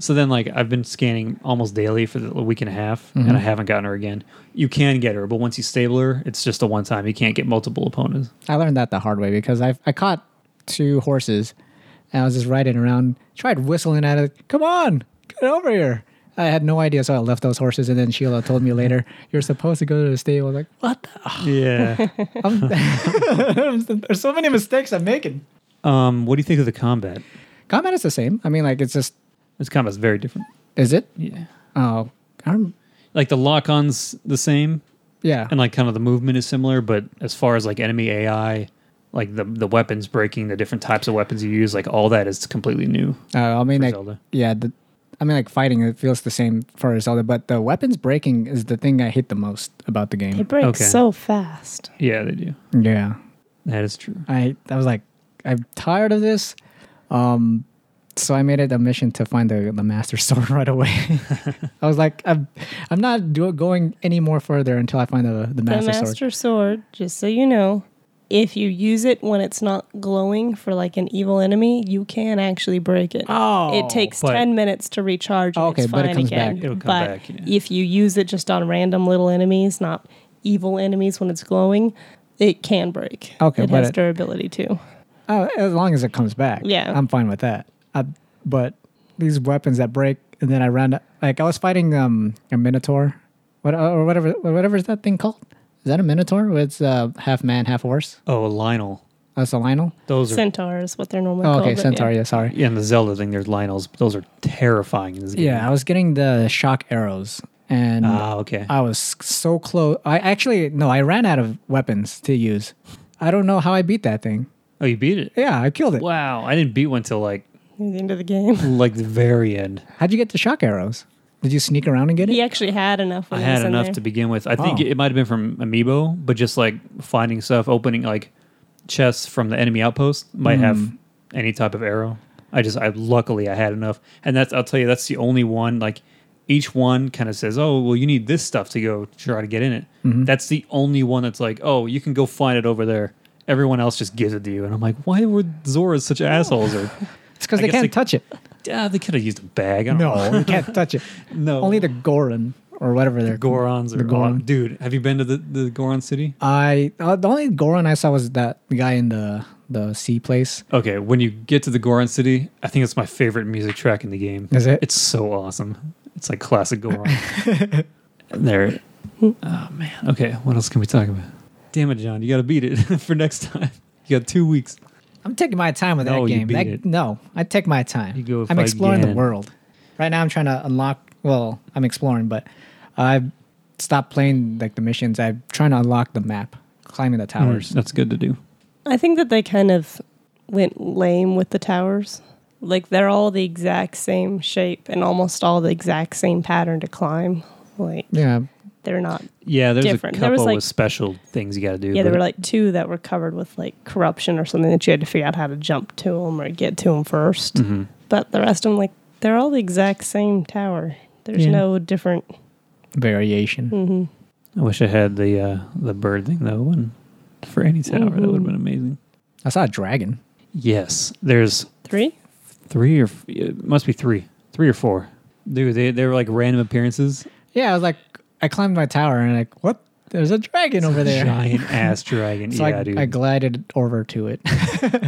S2: so then like i've been scanning almost daily for the week and a half and i haven't gotten her again you can get her but once you stable her it's just a one time you can't get multiple opponents
S1: I learned that the hard way because I I caught two horses and I was just riding around. Tried whistling at it. Come on, get over here. I had no idea, so I left those horses, and then Sheila told me later, "You're supposed to go to the stable." I was like, "What? The?
S2: yeah
S1: I'm- There's so many mistakes I'm making."
S2: um what do you think of the combat
S1: Combat is the same. I mean, like it's just,
S2: this combat's very different
S1: is it?
S2: yeah
S1: Oh, I don't.
S2: like the lock-ons the same
S1: Yeah.
S2: and like kind of the movement is similar but as far as like enemy ai like the the weapons breaking the different types of weapons you use like all that is completely new
S1: Uh, I mean,
S2: for
S1: like,
S2: Zelda.
S1: yeah, the, I mean, like fighting it feels the same for Zelda, but the weapons breaking is the thing I hate the most about the game.
S3: It breaks
S2: Okay.
S3: so fast.
S2: yeah they do
S1: Yeah,
S2: that is true
S1: I I was like, I'm tired of this, um, so I made it a mission to find the the Master Sword right away. I was like, I'm I'm not do- going any more further until I find the the Master,
S3: the
S1: Sword.
S3: Master Sword, just so you know, if you use it when it's not glowing for like an evil enemy, you can actually break it.
S1: Oh,
S3: it takes
S2: but-
S3: 10 minutes to recharge. and
S1: Okay,
S3: it's
S1: but it
S3: fine
S1: comes
S3: again.
S1: back.
S2: It'll come
S3: but
S2: back, yeah.
S3: if you use it just on random little enemies, not evil enemies when it's glowing, it can break.
S1: Okay,
S3: it
S1: but
S3: has
S1: it-
S3: durability too.
S1: Uh, as long as it comes back.
S3: Yeah.
S1: I'm fine with that. I, but these weapons that break, and then I round up. Like I was fighting um a minotaur, what or whatever whatever is that thing called? Is that a minotaur? It's uh, half man, half horse.
S2: oh lionel
S1: That's a lionel.
S2: those are
S3: Centaur is what they're normally
S1: Oh,
S3: called.
S1: okay,
S3: but
S1: centaur.
S3: yeah.
S1: Yeah, sorry.
S2: Yeah, and the Zelda thing, there's Lionel's. But those are terrifying in this game.
S1: Yeah, I was getting the shock arrows, and
S2: Ah, okay.
S1: I was so close. I actually no, I ran out of weapons to use. I don't know how I beat that thing.
S2: oh, you beat it.
S1: Yeah, I killed it.
S2: Wow, I didn't beat one till like
S3: Near the end of the game.
S2: like the very end.
S1: How'd you get the shock arrows? Did you sneak around and get it?
S3: He actually had enough.
S2: I
S3: When he was
S2: had
S3: in
S2: enough
S3: there.
S2: to begin with. I think
S1: Oh.
S2: it might have been from Amiibo, but just like finding stuff, opening like chests from the enemy outpost might
S1: Hmm.
S2: have any type of arrow. I just, I luckily I had enough, and that's I'll tell you that's the only one. Like each one kind of says, "Oh, well, you need this stuff to go try to get in it."
S1: Mm-hmm.
S2: That's the only one that's like, "Oh, you can go find it over there." Everyone else just gives it to you, and I'm like, "Why were Zoras such assholes?" Or
S1: It's because they
S2: I guess
S1: can't
S2: they-
S1: touch it.
S2: uh, they could have used a bag. I don't know.
S1: No, you can't touch it.
S2: no,
S1: Only the Goron or whatever they're
S2: Gorons
S1: The
S2: or
S1: Goron.
S2: dude. Have you been to the, the Goron city?
S1: I uh, the only Goron I saw was that guy in the the sea place.
S2: Okay, when you get to the Goron City, I think it's my favorite music track in the game.
S1: Is it?
S2: It's so awesome. It's like classic Goron. there. Oh man. Okay, what else can we talk about? Damn it, John, you got to beat it for next time. You got two weeks.
S1: I'm taking my time with
S2: No,
S1: that
S2: you
S1: game.
S2: beat
S1: That-
S2: it.
S1: No, I take my time.
S2: You go
S1: I'm
S2: fight
S1: exploring the
S2: Ganon.
S1: world. Right now, I'm trying to unlock well, I'm exploring, but I've stopped playing like the missions. I'm trying to unlock the map, climbing the towers.
S2: Hmm. That's good to do.
S3: I think that they kind of went lame with the towers. Like they're all the exact same shape and almost all the exact same pattern to climb. Like
S2: Hmm.
S1: Yeah,
S3: they're not.
S2: Yeah, there's
S3: Different.
S2: a
S3: There was,
S2: couple
S3: like-
S2: with special things you got to do.
S3: Yeah,
S2: but-
S3: there were like two that were covered with like corruption or something that you had to figure out how to jump to them or get to them 1st
S2: Mm. Mm-hmm.
S3: But the rest of them, like they're all the exact same tower. There's
S1: Yeah.
S3: no different. mm-hmm.
S1: variation.
S2: I wish I had the uh, the bird thing though. One for any tower that would have been amazing.
S1: I saw a dragon.
S2: Yes, there's
S3: Three?
S2: three or f- it must be three, three or four. Dude, they they were like random appearances.
S1: Yeah, I was like, I climbed my tower and like, what? There's a dragon over there.
S2: giant ass dragon.
S1: So
S2: yeah,
S1: I,
S2: dude.
S1: I glided over to it,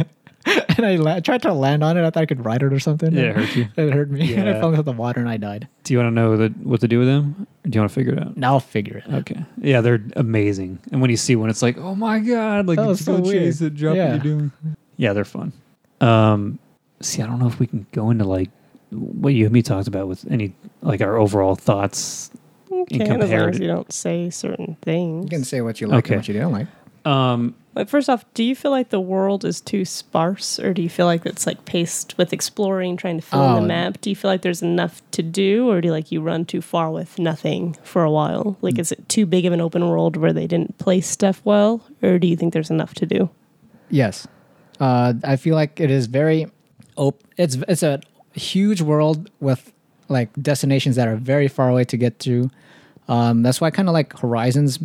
S1: and I la- tried to land on it. I thought I could ride it or something.
S2: yeah, it hurt you.
S1: It hurt me. and I
S2: Yeah.
S1: fell into the water and I died.
S2: Do you want to know the, what to do with them? Or do you want to figure it out?
S1: Now I'll figure it out.
S2: Okay. Yeah, they're amazing. And when you see one, it's like, oh my god, like
S1: That
S2: you
S1: was so
S2: go chase
S1: weird.
S2: it, drop
S1: Yeah.
S2: what you're doing. Yeah, they're fun. Um, see, I don't know if we can go into like what you and me talked about with any like our overall thoughts.
S3: Okay,
S2: And
S3: and as long
S2: compared-
S3: as you don't say certain things.
S1: You can say what you like
S2: Okay.
S1: and what you don't like.
S2: Um,
S3: But first off, do you feel like the world is too sparse, or do you feel like it's like paced with exploring, trying to fill in
S1: Oh.
S3: the map? Do you feel like there's enough to do, or do you like you run too far with nothing for a while? Like, is it too big of an open world where they didn't place stuff well, or do you think there's enough to do?
S1: Yes, uh, I feel like it is very op- It's it's a huge world with like destinations that are very far away to get to. Um, that's why I kind of like Horizons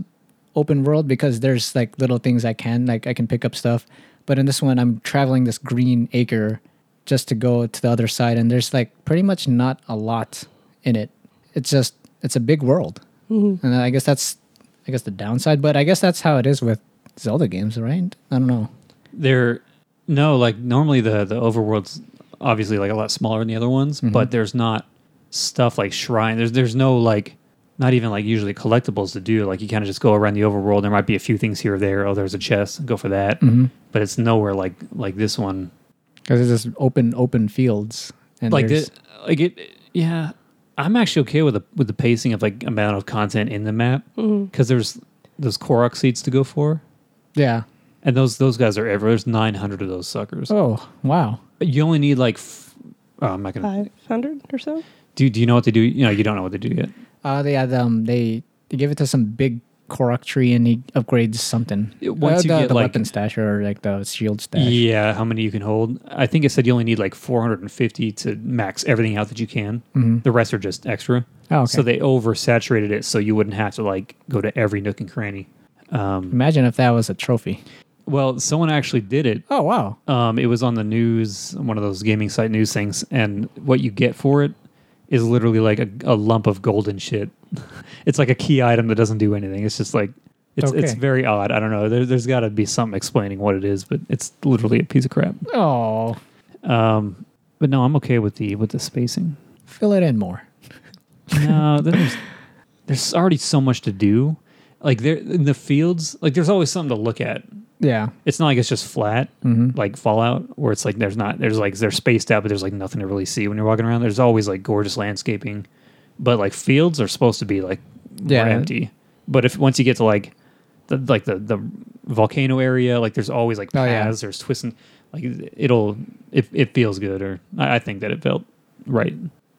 S1: open world because there's like little things I can like I can pick up stuff. But in this one, I'm traveling this green acre just to go to the other side, and there's like pretty much not a lot in it. It's just it's a big world, and I guess that's I guess the downside. But I guess that's how it is with Zelda games, right? I don't know.
S2: they're no like normally the the overworld's obviously like a lot smaller than the other ones,
S1: Mm-hmm.
S2: but there's not stuff like shrine. There's there's no like not even like usually collectibles to do. Like you kind of just go around the overworld. There might be a few things here or there. Oh, there's a chest. Go for that.
S1: Mm-hmm.
S2: But it's nowhere like like this one.
S1: because it's just open open fields and
S2: like
S1: there's-
S2: this like it yeah i'm actually okay with the with the pacing of like amount of content in the map because there's those korok seeds to go for
S1: yeah
S2: and those those guys are ever there's 900 of those suckers
S1: oh wow
S2: But you only need like f- oh, i'm not gonna
S3: Five hundred or so.
S2: do, do you know what they do you know you don't know what they do yet
S1: uh they had um they they give it to some big Korok tree and he upgrades something Uh,
S2: Yeah, once you
S1: the,
S2: get,
S1: the
S2: like-
S1: weapon stash or like the shield stash
S2: yeah how many you can hold i think it said you only need like 450 to max everything out that you can the rest are just extra
S1: Oh, okay.
S2: so they oversaturated it so you wouldn't have to like go to every nook and cranny um,
S1: imagine if that was a trophy
S2: well someone actually did it
S1: oh wow
S2: Um, it was on the news, one of those gaming site news things, and what you get for it is literally like a, a lump of golden shit. it's like a key item that doesn't do anything. It's just like it's it's
S1: Okay.
S2: very odd. I don't know. There, there's got to be something explaining what it is, but it's literally a piece of crap.
S1: oh
S2: Um, but no, I'm okay with the with the spacing.
S1: fill it in more
S2: No, there's there's already so much to do. Like there in the fields, like there's always something to look at
S1: yeah
S2: it's not like it's just flat
S1: Mm-hmm,
S2: like Fallout, where it's like there's not there's like they're spaced out, but there's like nothing to really see when you're walking around. There's always like gorgeous landscaping, but like fields are supposed to be like
S1: Yeah.
S2: more empty. But if once you get to like the like the the volcano area, like there's always like
S1: Oh, yeah.
S2: paths, there's twisting. Like it'll it it feels good, or I, I think that it felt right.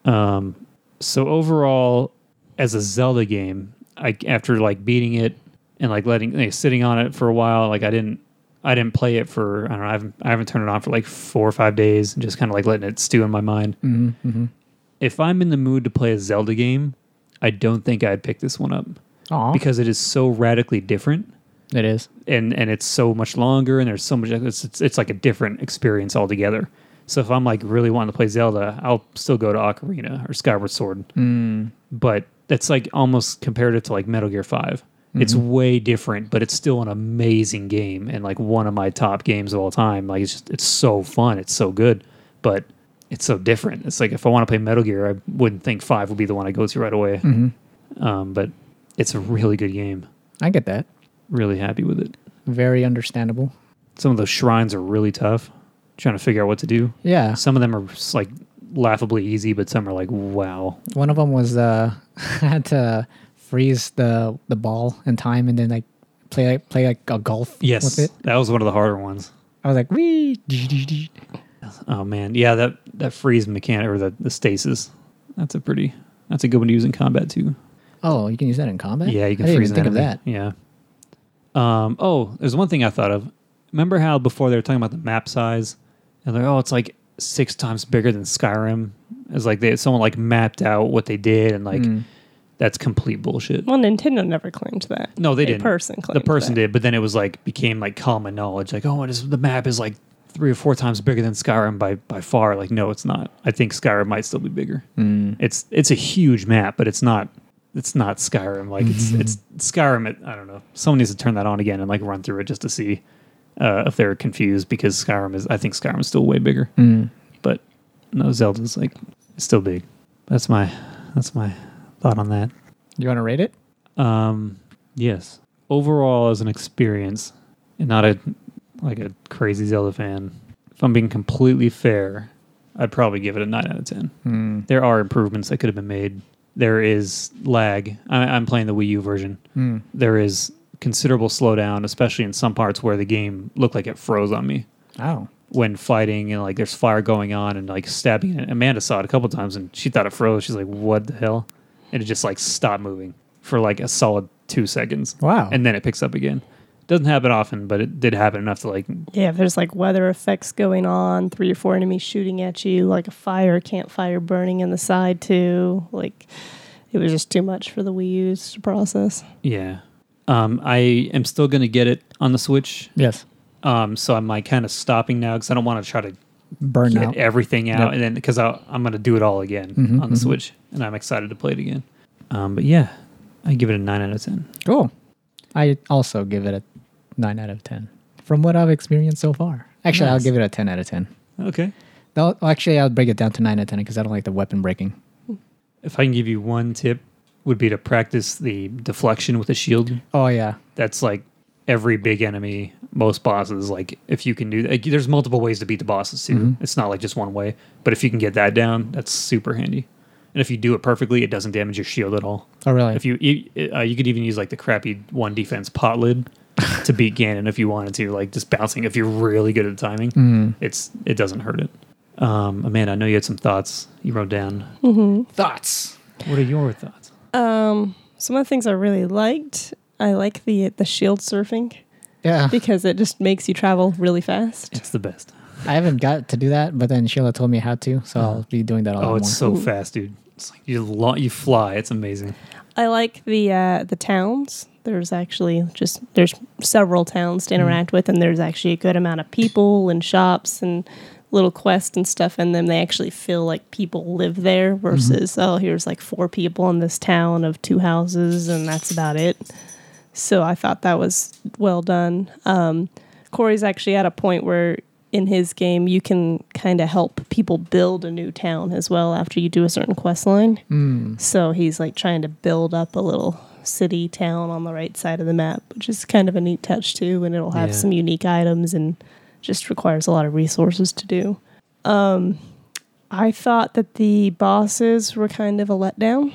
S2: Um, so overall, as a Zelda game, I after like beating it and like letting like, sitting on it for a while, like I didn't I didn't play it for I don't know I haven't I haven't turned it on for like four or five days and just kind of like letting it stew in my mind.
S1: mm-hmm, mm-hmm.
S2: If I'm in the mood to play a Zelda game, I don't think I'd pick this one up
S1: Aw,
S2: because it is so radically different
S1: it is
S2: and and it's so much longer and there's so much it's it's, it's like a different experience altogether. So if I'm like really wanting to play Zelda, I'll still go to Ocarina or Skyward Sword.
S1: Mm,
S2: But that's like almost comparative to like Metal Gear 5 It's way different, but it's still an amazing game and like one of my top games of all time. Like it's just it's so fun, it's so good, but it's so different. It's like if I want to play Metal Gear, I wouldn't think five would be the one I go to right away.
S1: mm-hmm.
S2: Um, but it's a really good game.
S1: I get that
S2: Really happy with it
S1: very understandable
S2: some of those shrines are really tough trying to figure out what to do
S1: yeah
S2: some of them are s- like laughably easy, but some are like, wow.
S1: One of them was uh, I had to freeze the the ball in time and then like play like play like a golf.
S2: Yes,
S1: with it.
S2: that was one of the harder ones.
S1: I was like, wee.
S2: Oh man, yeah, that that freeze mechanic or the, the stasis. That's a pretty. That's a good one to use in combat too.
S1: Oh, you can use that in combat.
S2: Yeah, you can
S1: I didn't
S2: freeze.
S1: even think of
S2: an
S1: that.
S2: enemy. Yeah. Um. Oh, there's one thing I thought of. Remember how before they were talking about the map size, and they're oh, it's like six times bigger than Skyrim. It's like they someone like mapped out what they did, and like
S1: Mm.
S2: that's complete bullshit.
S3: Well, Nintendo never claimed that.
S2: No, they
S3: A
S2: didn't.
S3: Person
S2: the
S3: claimed
S2: person
S3: that.
S2: did, but then it was like became like common knowledge. Like, oh, it is, the map is like three or four times bigger than Skyrim by by far. Like, no, it's not. I think Skyrim might still be bigger.
S1: Mm,
S2: It's it's a huge map, but it's not it's not Skyrim. Like, it's
S3: Mm-hmm.
S2: it's Skyrim. It, I don't know. Someone needs to turn that on again and like run through it just to see uh, if they're confused because Skyrim is. I think Skyrim is still way bigger,
S1: Mm.
S2: but no, Zelda's like still big. That's my that's my thought on that.
S1: You want to rate it?
S2: Um, yes. Overall, as an experience, and not a like a crazy Zelda fan. If I'm being completely fair, I'd probably give it a nine out of ten.
S1: Mm.
S2: There are improvements that could have been made. There is lag. I, I'm playing the Wii U version.
S1: Mm.
S2: There is considerable slowdown, especially in some parts where the game looked like it froze on me
S1: Oh.
S2: when fighting and like there's fire going on and like stabbing and Amanda saw it a couple times and she thought it froze. She's like, What the hell? And it just like stopped moving for like a solid two seconds.
S1: Wow.
S2: And then it picks up again. Doesn't happen often, but it did happen enough to like
S3: Yeah, if there's like weather effects going on, three or four enemies shooting at you, like a fire, campfire burning in the side too. Like it was just too much for the Wii U's to process.
S2: Yeah. Um, I am still gonna get it on the Switch.
S1: Yes.
S2: Um, so I'm like kind of stopping now because I don't want to try to
S1: Burnout.
S2: get everything out
S1: Yep.
S2: and then because I'm gonna do it all again
S1: Mhm,
S2: on the
S1: mhm.
S2: Switch and I'm excited to play it again. Um, but yeah, I give it a nine out of ten.
S1: Cool. I also give it a 9 out of 10 from what I've experienced so far. Actually, I'll
S2: Nice.
S1: give it a 10 out of 10.
S2: Okay.
S1: No, actually, I'll break it down to 9 out of 10 because I don't like the weapon breaking.
S2: if I can give you one tip, would be to practice the deflection with a shield.
S1: Oh, yeah.
S2: That's like every big enemy, most bosses. Like if you can do that, there's multiple ways to beat the bosses too. It's not like just one way, but if you can get that down, that's super handy. And if you do it perfectly, it doesn't damage your shield at all.
S1: Oh, really?
S2: If you you- uh, you could even use like the crappy one defense pot lid to beat Ganon if you wanted to, like just bouncing. If you're really good at timing,
S1: Mm.
S2: it's it doesn't hurt it. Um, Amanda, I know you had some thoughts you wrote down.
S1: Thoughts?
S2: What are your thoughts?
S3: Um, some of the things I really liked, I like the the shield surfing
S1: Yeah.
S3: because it just makes you travel really fast.
S2: It's the best.
S1: I haven't got to do that, but then Sheila told me how to, so
S3: Uh-huh.
S1: I'll be doing that all
S2: Oh,
S1: at
S2: it's
S1: once.
S2: so fast, dude. It's like you lo- you fly. It's amazing.
S3: I like the uh, the towns. There's actually just there's several towns to interact with, and there's actually a good amount of people and shops and little quests and stuff in them. They actually feel like people live there versus oh, here's like four people in this town of two houses, and that's about it. So I thought that was well done. Um, Corey's actually at a point where in his game you can kind of help people build a new town as well after you do a certain quest line.
S1: Mm.
S3: So he's like trying to build up a little city town on the right side of the map, which is kind of a neat touch too. And it'll have
S2: Yeah.
S3: some unique items and just requires a lot of resources to do. Um, I thought that the bosses were kind of a letdown.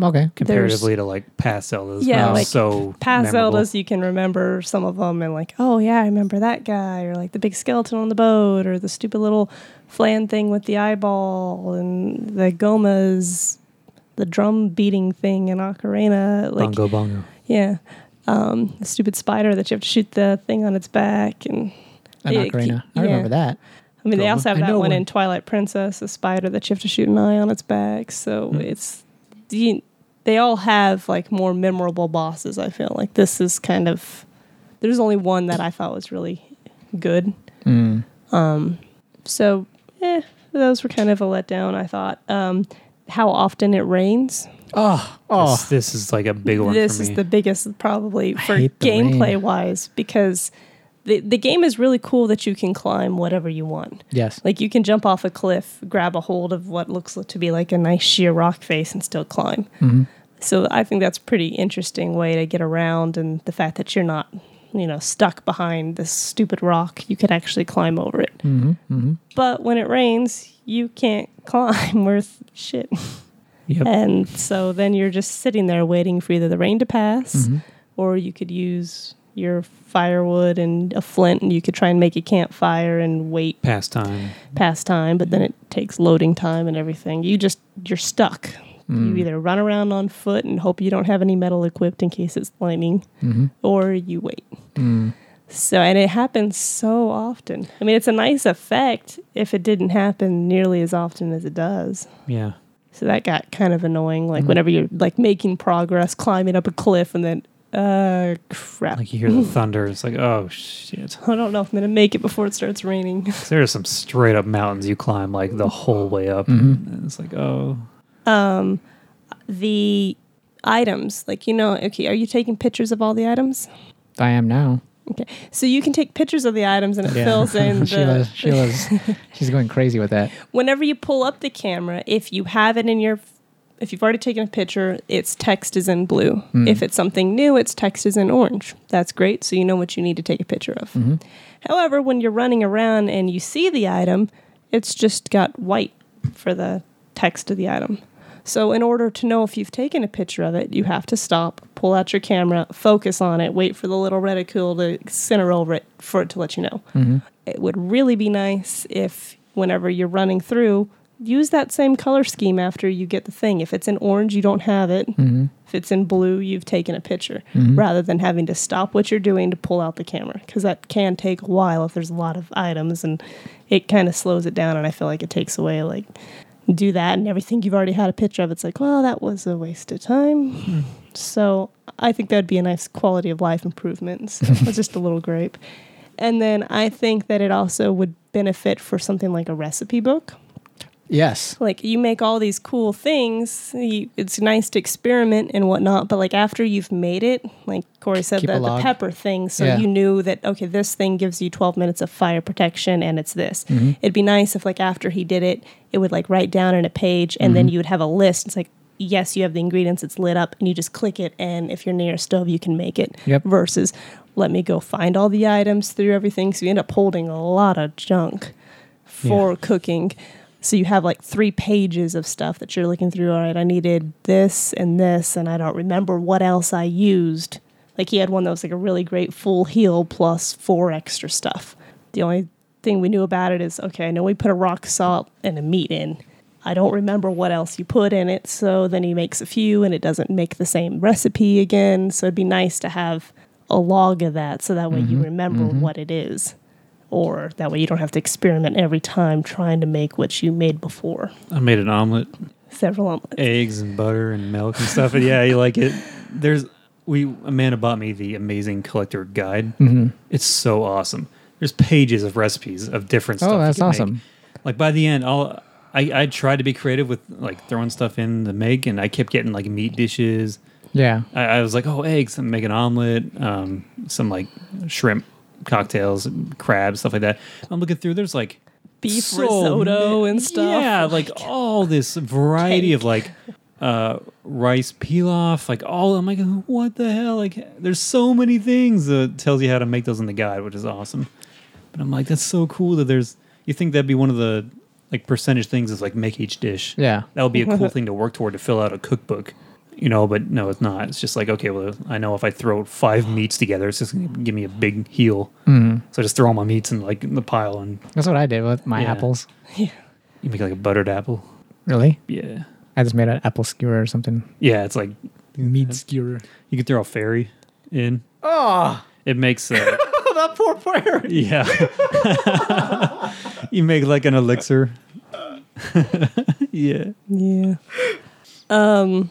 S1: okay.
S2: Comparatively to like past Zeldas,
S3: Yeah,
S2: yeah,
S3: like,
S2: so
S3: Past
S2: memorable.
S3: Zeldas, you can remember some of them and like, oh yeah, I remember that guy, or like the big skeleton on the boat, or the stupid little flan thing with the eyeball, and the gomas, the drum beating thing in Ocarina. Like,
S2: bongo bongo.
S3: yeah, um, the stupid spider that you have to shoot the thing on its back, and
S1: An
S3: it-
S1: ocarina. I
S3: yeah.
S1: remember that.
S3: I mean, they
S2: Goma.
S3: also have
S1: I
S3: that
S1: know
S3: one
S1: one.
S3: in Twilight Princess, a spider that you have to shoot an eye on its back. So
S1: Hmm.
S3: it's you, they all have like more memorable bosses. I feel like this is kind of there's only one that I thought was really good. Um,
S1: Mm.
S3: so eh, those were kind of a letdown. I thought um, how often it rains.
S1: Oh,
S2: This, this is like a big one.
S3: This
S2: for me.
S3: is the biggest probably for
S1: hate the rain.
S3: gameplay wise because the the game is really cool that you can climb whatever you want.
S1: yes.
S3: Like you can jump off a cliff, grab a hold of what looks to be like a nice sheer rock face and still
S1: Mm-hmm.
S3: climb. So I think that's a pretty interesting way to get around and the fact that you're not you know, stuck behind this stupid rock, you could actually climb over it.
S1: Mm-hmm.
S3: But when it rains, you can't climb worth shit.
S2: Yep.
S3: And so then you're just sitting there waiting for either the rain to pass or you could use your firewood and a flint and you could try and make a campfire and wait
S2: Pastime.
S3: past time, but then it takes loading time and everything. You just you're stuck.
S1: Mm.
S3: You either run around on foot and hope you don't have any metal equipped in case it's lightning,
S1: Mm-hmm.
S3: or you wait.
S1: Mm.
S3: So and it happens so often. I mean, it's a nice effect if it didn't happen nearly as often as it does.
S2: Yeah.
S3: So that got kind of annoying. Like whenever you're like making progress, climbing up a cliff, and then uh crap.
S2: Like you hear the thunder. It's like, oh, shit.
S3: I don't know if I'm gonna make it before it starts raining.
S2: 'Cause There are some straight up mountains you climb like the whole way up. And it's like, oh,
S3: the items like you know okay are you taking pictures of all the items
S1: I am now.
S3: okay so you can take pictures of the items and it
S1: Yeah.
S3: fills in
S1: Sheila,
S3: the,
S1: Sheila's, she's going crazy with that.
S3: whenever you pull up the camera if you have it in your if you've already taken a picture its text is in blue if it's something new its text is in orange that's great so you know what you need to take a picture of however when you're running around and you see the item it's just got white for the text of the item so in order to know if you've taken a picture of it you have to stop pull out your camera focus on it wait for the little reticule to center over it for it to let you know
S1: Mm-hmm.
S3: it would really be nice if whenever you're running through use that same color scheme after you get the thing if it's in orange you don't have it
S1: Mm-hmm.
S3: if it's in blue you've taken a picture rather than having to stop what you're doing to pull out the camera because that can take a while if there's a lot of items and it kind of slows it down and i feel like it takes away like do that and everything you've already had a picture of it's like well that was a waste of time so I think that'd be a nice quality of life improvement. So it's just a little gripe. And then I think that it also would benefit for something like a recipe book.
S1: Yes.
S3: Like you make all these cool things. You, it's nice to experiment and whatnot, but like after you've made it, like Corey said,
S1: Keep a
S3: the, the
S1: log.
S3: pepper thing, so
S1: Yeah.
S3: you knew that okay, this thing gives you 12 minutes of fire protection, and it's this.
S1: Mm-hmm.
S3: It'd be nice if like after he did it, it would like write down in a page, and
S1: Mm-hmm.
S3: then you would have a list. It's like yes, you have the ingredients. It's lit up, and you just click it, and if you're near a stove, you can make it.
S1: Yep.
S3: Versus, let me go find all the items through everything. So you end up holding a lot of junk for cooking. So you have like three pages of stuff that you're looking through. All right, I needed this and this, and I don't remember what else I used. Like he had one that was like a really great full heel plus four extra stuff. The only thing we knew about it is okay, I know we put a rock salt and a meat in. I don't remember what else you put in it. So then he makes a few and it doesn't make the same recipe again. So it'd be nice to have a log of that so that way you remember what it is or that way you don't have to experiment every time trying to make what you made before.
S2: I made an omelet,
S3: Several omelets.
S2: eggs and butter and milk and stuff. And yeah, you like it. There's, we, Amanda bought me the amazing collector guide.
S1: Mm-hmm.
S2: It's so awesome. There's pages of recipes of different stuff.
S1: Oh,
S2: you
S1: that's
S2: can make.
S1: awesome.
S2: Like by the end, all I, I tried to be creative with like throwing stuff in the make, and I kept getting like meat dishes.
S1: Yeah.
S2: I, I was like, oh, eggs, and make an omelet, um, some like shrimp cocktails, and crab, stuff like that. I'm looking through, there's like
S3: Beef
S2: so
S3: risotto
S2: many-
S3: and stuff.
S2: Yeah, like all this variety of like uh, rice pilaf, like all. I'm like, what the hell? Like, there's so many things that tells you how to make those in the guide, which is awesome. But I'm like, that's so cool that there's. You think that'd be one of the like percentage things is like make each dish.
S1: Yeah.
S2: That would be a cool thing to work toward to fill out a cookbook, you know, but no, it's not. It's just like, okay, well, I know if I throw five meats together, it's just going to give me a big heel. Mm. So I just throw all my meats in like in the pile and
S1: That's what I did with my
S2: Yeah.
S1: apples.
S2: you make like a buttered apple.
S1: Really?
S2: Yeah.
S1: I just made an apple skewer or something.
S2: Yeah, it's like
S1: Meat skewer.
S2: you can throw a fairy in. Oh. It makes uh,
S1: that poor fire.
S2: yeah. you make like an elixir. yeah.
S3: Yeah. Um,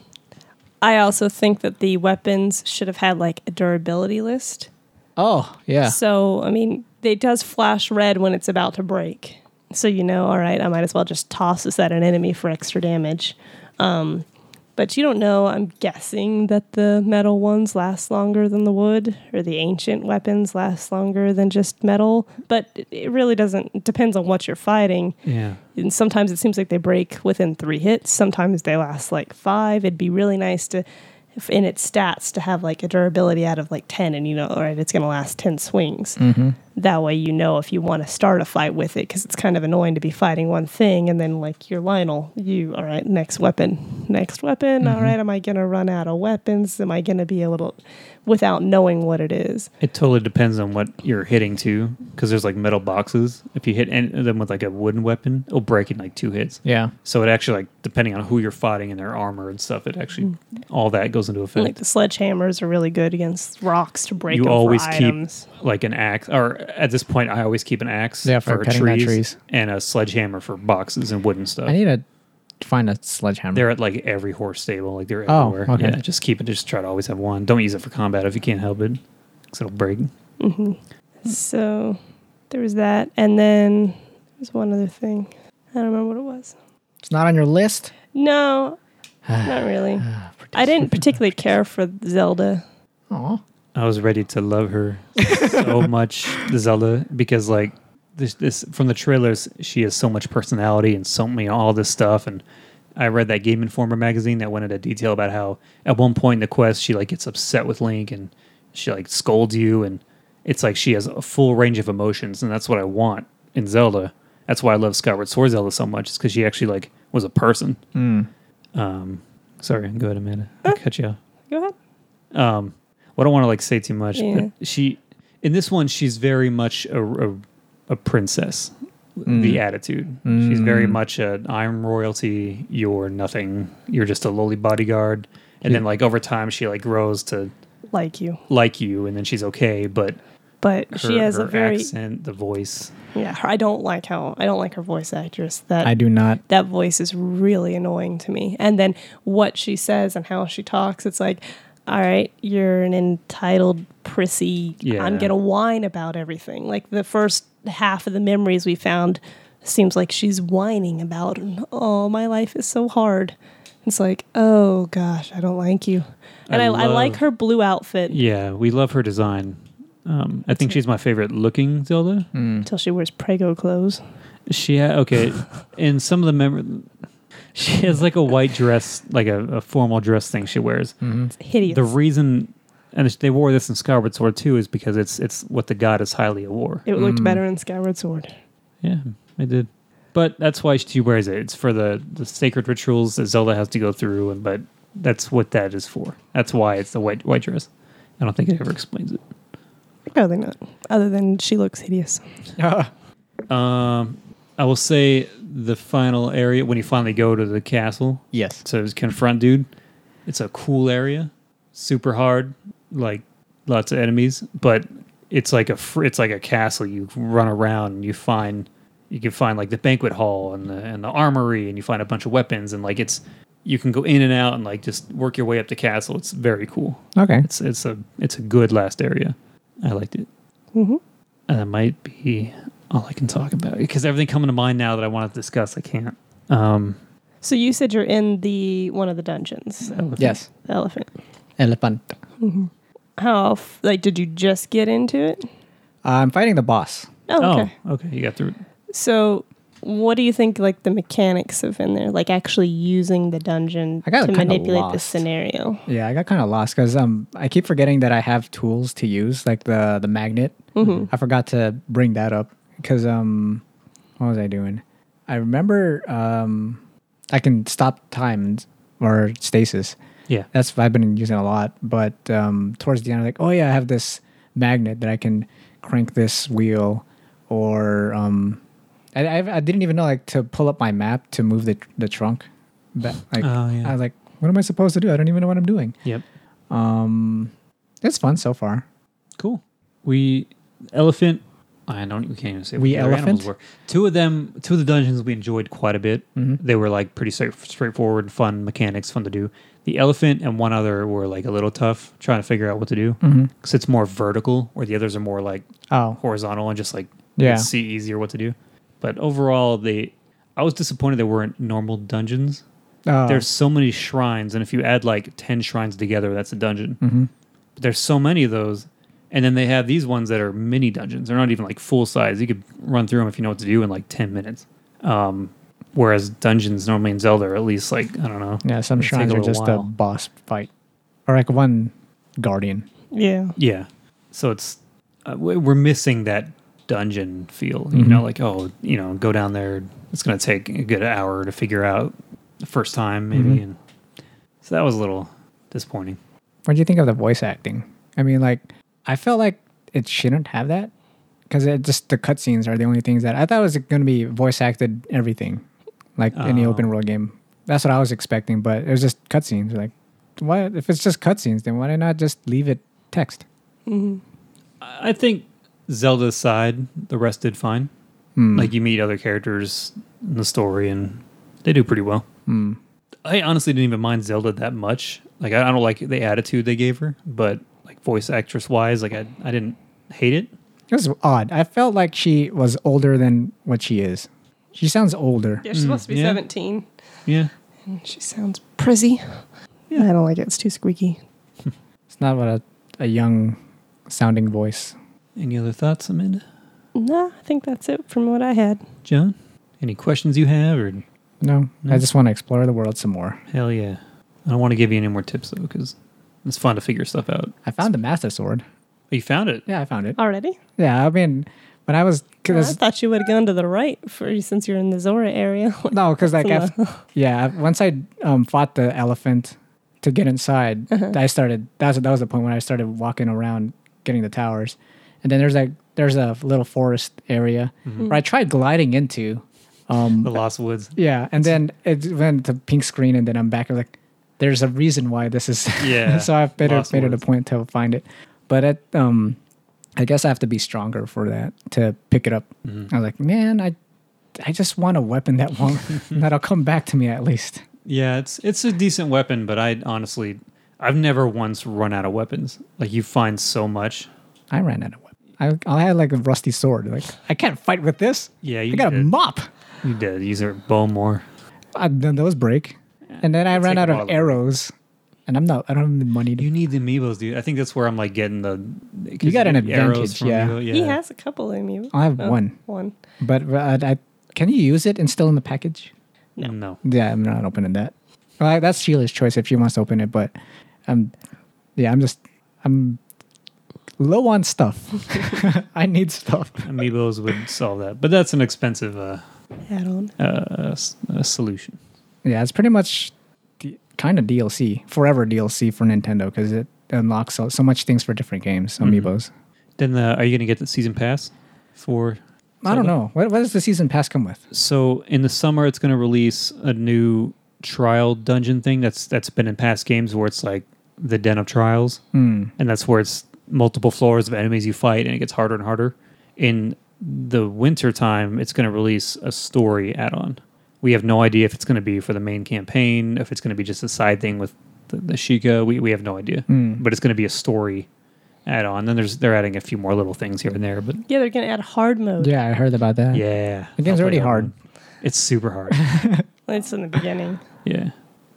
S3: I also think that the weapons should have had like a durability list.
S1: Oh, yeah.
S3: So, I mean, it does flash red when it's about to break. So, you know, all right, I might as well just toss this at an enemy for extra damage. Um, but you don't know, I'm guessing that the metal ones last longer than the wood, or the ancient weapons last longer than just metal. But it- it really doesn't, it depends on what you're fighting.
S2: Yeah.
S3: And sometimes it seems like they break within three hits. Sometimes they last like five. It'd be really nice to f- in its stats to have like a durability out of like 10 and you know all right it's going to last 10 swings
S2: Mm-hmm.
S3: that way you know if you want to start a fight with it because it's kind of annoying to be fighting one thing and then like your lionel you all right next weapon next weapon
S2: Mm-hmm.
S3: all right am i going to run out of weapons am i going to be a little without knowing what it is
S2: It totally depends on what you're hitting too, because there's like metal boxes. If you hit any of them with like a wooden weapon, it'll break in like two hits.
S1: Yeah.
S2: So it actually like depending on who you're fighting and their armor and stuff, it actually all that goes into
S3: like
S2: effect.
S3: the sledgehammers are really good against rocks to break
S2: you
S3: them for
S2: always keep
S3: items.
S2: like an axe, or at this point, I always keep an axe
S1: Yeah, for cutting down trees.
S2: and a sledgehammer for boxes and wooden stuff.
S1: I need to find a sledgehammer.
S2: they're at like every horse stable, like they're
S1: Oh,
S2: everywhere.
S1: okay.
S2: Yeah, just keep it. Just try to always have one. Don't use it for combat if you can't help it, because it'll break.
S3: So there was that. And then there was one other thing. I don't remember what it was.
S1: it's not on your list.
S3: No, not really. I didn't particularly care for Zelda.
S1: Oh,
S2: I was ready to love her so much, Zelda, because like this, this from the trailers, she has so much personality and so many all this stuff. And I read that Game Informer magazine that went into detail about how at one point in the quest she like gets upset with Link and she like scolds you, and it's like she has a full range of emotions, and that's what I want in Zelda. That's why I love Skyward Sword Zelda so much, is because she actually like was a person.
S1: Hmm.
S2: Um, sorry, go ahead, Amanda. I'll cut you off
S3: Go ahead.
S2: um well, I don't want to like say too much
S3: Yeah.
S2: but she in this one she's very much a a, a princess the attitude she's very much a i'm royalty you're nothing you're just a lowly bodyguard and then like over time she like grows to
S3: Like you.
S2: like you and then she's okay but
S3: But
S2: her,
S3: she has
S2: her
S3: a very
S2: accent the voice
S3: yeah. her- I don't like how I don't like her voice actress. That
S1: I do not.
S3: that voice is really annoying to me. And then what she says and how she talks, it's like, all right, you're an entitled prissy.
S2: Yeah.
S3: I'm gonna whine about everything. Like the first half of the memories we found seems like she's whining about, oh, my life is so hard. It's like, oh gosh, I don't like you. And
S2: I
S3: I, I, like
S2: love-
S3: her blue outfit
S2: yeah we love her design um, I think she's my favorite looking Zelda.
S1: Hmm.
S3: until she wears Prego clothes.
S2: She ha- okay, in some of the mem she has like a white dress, like a, a formal dress thing she wears.
S1: Mm-hmm.
S3: It's hideous.
S2: The reason, and they wore this in Skyward Sword too, is because it's it's what the goddess Hylia wore.
S3: it looked better in Skyward Sword.
S2: Yeah, they did. But that's why she wears it. It's for the the sacred rituals that Zelda has to go through, and but that's what that is for. That's why it's the white white dress. I don't think it ever explains it.
S3: Probably not. Other than she looks hideous.
S2: Um, I will say the final area when you finally go to the castle.
S1: yes.
S2: So it's confront dude. It's a cool area, super hard, like lots of enemies, but it's like a fr- it's like a castle. You run around and you find you can find like the banquet hall and the and the armory and you find a bunch of weapons and like it's you can go in and out and like just work your way up the castle. It's very cool.
S1: Okay.
S2: It's it's a it's a good last area. I liked it. Mm-hmm. And that might be all I can talk about because everything coming to mind now that I want to discuss, I can't. Um,
S3: So you said you're in the one of the dungeons,
S1: Yes.
S3: the elephant.
S1: Elephant.
S3: Mm-hmm. How f- like did you just get into it?
S1: I'm fighting the boss.
S3: Oh, okay.
S2: Oh, okay. You got through. it.
S3: So what do you think like the mechanics of in there, like actually using the dungeon
S1: I got
S3: to
S1: kinda
S3: manipulate the
S1: lost.
S3: scenario?
S1: Yeah, I got kind of lost because um, I keep forgetting that I have tools to use, like the the magnet. I forgot to bring that up because um, what was I doing? I remember um, I can stop time or stasis.
S2: Yeah.
S1: That's what I've been using a lot. But um, towards the end, I'm like, oh yeah, I have this magnet that I can crank this wheel, or um, I, I, I didn't even know like to pull up my map to move the the trunk. But, like,
S2: Oh, yeah.
S1: I was like, what am I supposed to do? I don't even know what I'm doing.
S2: Yep.
S1: Um, it's fun so far.
S2: Cool. We elephant. I don't. We can't even say what
S1: We
S2: the other animals
S1: elephant?
S2: were. Two of them. Two of the dungeons we enjoyed quite a bit. They were like pretty straight, straightforward, fun mechanics, fun to do. The elephant and one other were like a little tough, trying to figure out what to do because it's more vertical, where the others are more like
S1: Oh,
S2: horizontal and just like
S1: Yeah.
S2: see easier what to do. But overall, they. I was disappointed there weren't normal dungeons.
S1: oh.
S2: there's so many shrines, and if you add like ten shrines together, that's a dungeon. But there's so many of those, and then they have these ones that are mini dungeons. They're not even like full size. You could run through them if you know what to do in like ten minutes. Um, whereas dungeons normally in Zelda are at least like I don't know.
S1: yeah. Some
S2: they take a
S1: shrines are
S2: little
S1: just a
S2: while.
S1: boss fight or like one guardian.
S3: Yeah.
S2: Yeah. So it's uh, we- we're missing that dungeon feel. You know, like oh, you know, go down there. It's gonna take a good hour to figure out the first time, maybe. And so that was a little disappointing.
S1: What do you think of the voice acting? I mean, like, I felt like it shouldn't have that because it just the cutscenes are the only things that I thought was going to be voice acted everything, like any
S2: Oh.
S1: open world game. That's what I was expecting, but it was just cutscenes. Like, why if it's just cutscenes, then why not just leave it text?
S2: I I think Zelda's side, the rest did fine. Like you meet other characters in the story, and they do pretty well. I honestly didn't even mind Zelda that much. Like I I don't like the attitude they gave her, but like voice actress wise, like I I didn't hate it.
S1: It was odd. I felt like she was older than what she is. She sounds older.
S3: Mm, Yeah, she's supposed to be
S2: yeah.
S3: 17.
S2: Yeah.
S3: And she sounds prissy. I don't like it. It's too squeaky.
S1: It's not what a, a young sounding voice.
S2: Any other thoughts, Amanda?
S3: No, I think that's it from what I had.
S2: John? Any questions you have? Or
S1: No, I
S2: Mm.
S1: just want to explore the world some more.
S2: hell yeah, I don't want to give you any more tips though, because it's fun to figure stuff out.
S1: I found the Master Sword.
S2: Oh, you found it.
S1: Yeah, I found it.
S3: Already?
S1: Yeah, I mean, when I was,
S3: I
S1: cause,
S3: thought you would have gone to the right for since you're in the Zora area.
S1: no, because like,
S3: That's
S1: after, yeah, once I um, fought the elephant to get inside,
S3: Uh-huh.
S1: I started. That's that was the point when I started walking around getting the towers, and then there's like there's a little forest area where I tried gliding into. Um,
S2: The Lost Woods.
S1: yeah, and then it went to pink screen, and then I'm back. I'm like, there's a reason why this is.
S2: Yeah,
S1: so I've made, it,
S2: lost
S1: made it a
S2: words.
S1: point to find it, but it, um, I guess I have to be stronger for that to pick it up.
S2: Mm-hmm.
S1: I was like, man, I, I just want a weapon that won't that'll come back to me at least.
S2: Yeah, it's it's a decent weapon, but I honestly, I've never once run out of weapons. Like you find so much.
S1: I ran out of weapon. I, I had like a rusty sword. Like I can't fight with this.
S2: Yeah,
S1: I
S2: you
S1: got a
S2: did.
S1: mop.
S2: you did use your bow more.
S1: I, then those break, and then I ran
S2: take
S1: out
S2: a while
S1: of
S2: to-
S1: arrows, and I'm not. I don't have the money to.
S2: You need the amiibos, dude. I think that's where I'm like getting the. 'cause
S1: You got an
S2: get arrows
S1: advantage,
S2: from
S1: yeah.
S2: amiibo,
S3: He has a couple in you.
S1: I
S2: Oh.
S1: have one.
S3: One.
S1: But uh, I, can you use it and still in the package?
S2: No.
S1: Yeah, I'm not opening that. Well, that's Sheila's choice if she wants to open it, but um, yeah, I'm just I'm low on stuff. I need stuff.
S2: Amiibos would solve that, but that's an expensive uh,
S3: Add on.
S2: uh, s- uh, solution.
S1: Yeah, it's pretty much the, kind of DLC, forever DLC for Nintendo because it unlocks so, so much things for different games, amiibos.
S2: Then the, are you going to get the season pass for?
S1: I don't
S2: Zelda?
S1: know. What, what does the season pass come with?
S2: So in the summer, it's going to release a new trial dungeon thing. That's that's been in past games where it's like the Den of Trials,
S1: Hmm.
S2: mm. and that's where it's multiple floors of enemies you fight, and it gets harder and harder. In the winter time, it's going to release a story add-on. We have no idea if it's going to be for the main campaign, if it's going to be just a side thing with the, the Sheikah. We we have no idea,
S1: Hmm.
S2: but it's going to be a story add-on. Then there's they're adding a few more little things here and there, but
S3: Yeah, they're going to add hard mode.
S1: Yeah, I heard about that.
S2: yeah.
S1: The game's
S2: I'll
S1: already
S2: play that
S1: hard.
S2: one. It's super hard.
S3: It's in the beginning.
S2: yeah.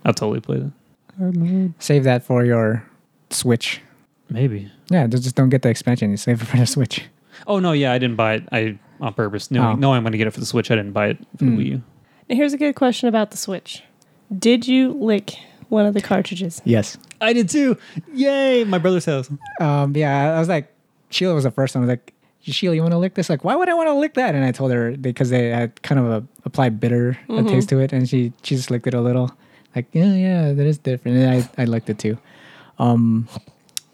S2: I'll totally play that.
S1: Save that for your Switch.
S2: Maybe.
S1: Yeah, just just don't get the expansion. You save it for the Switch.
S2: Oh no, yeah, I didn't buy it. I on purpose. No,
S1: Oh.
S2: no, I'm gonna get it for the Switch. I didn't buy it for the Wii U.
S3: Now, here's a good question about the Switch Did you lick one of the cartridges?
S1: Yes.
S2: I did too. Yay, my brother's house.
S1: Um, yeah, I was like, Sheila was the first one. I was like, Sheila, you want to lick this? Like, why would I want to lick that? And I told her because they had kind of a, applied bitter uh taste to it, and she she just licked it a little. Like, yeah, yeah, that is different. And I I licked it too. Um,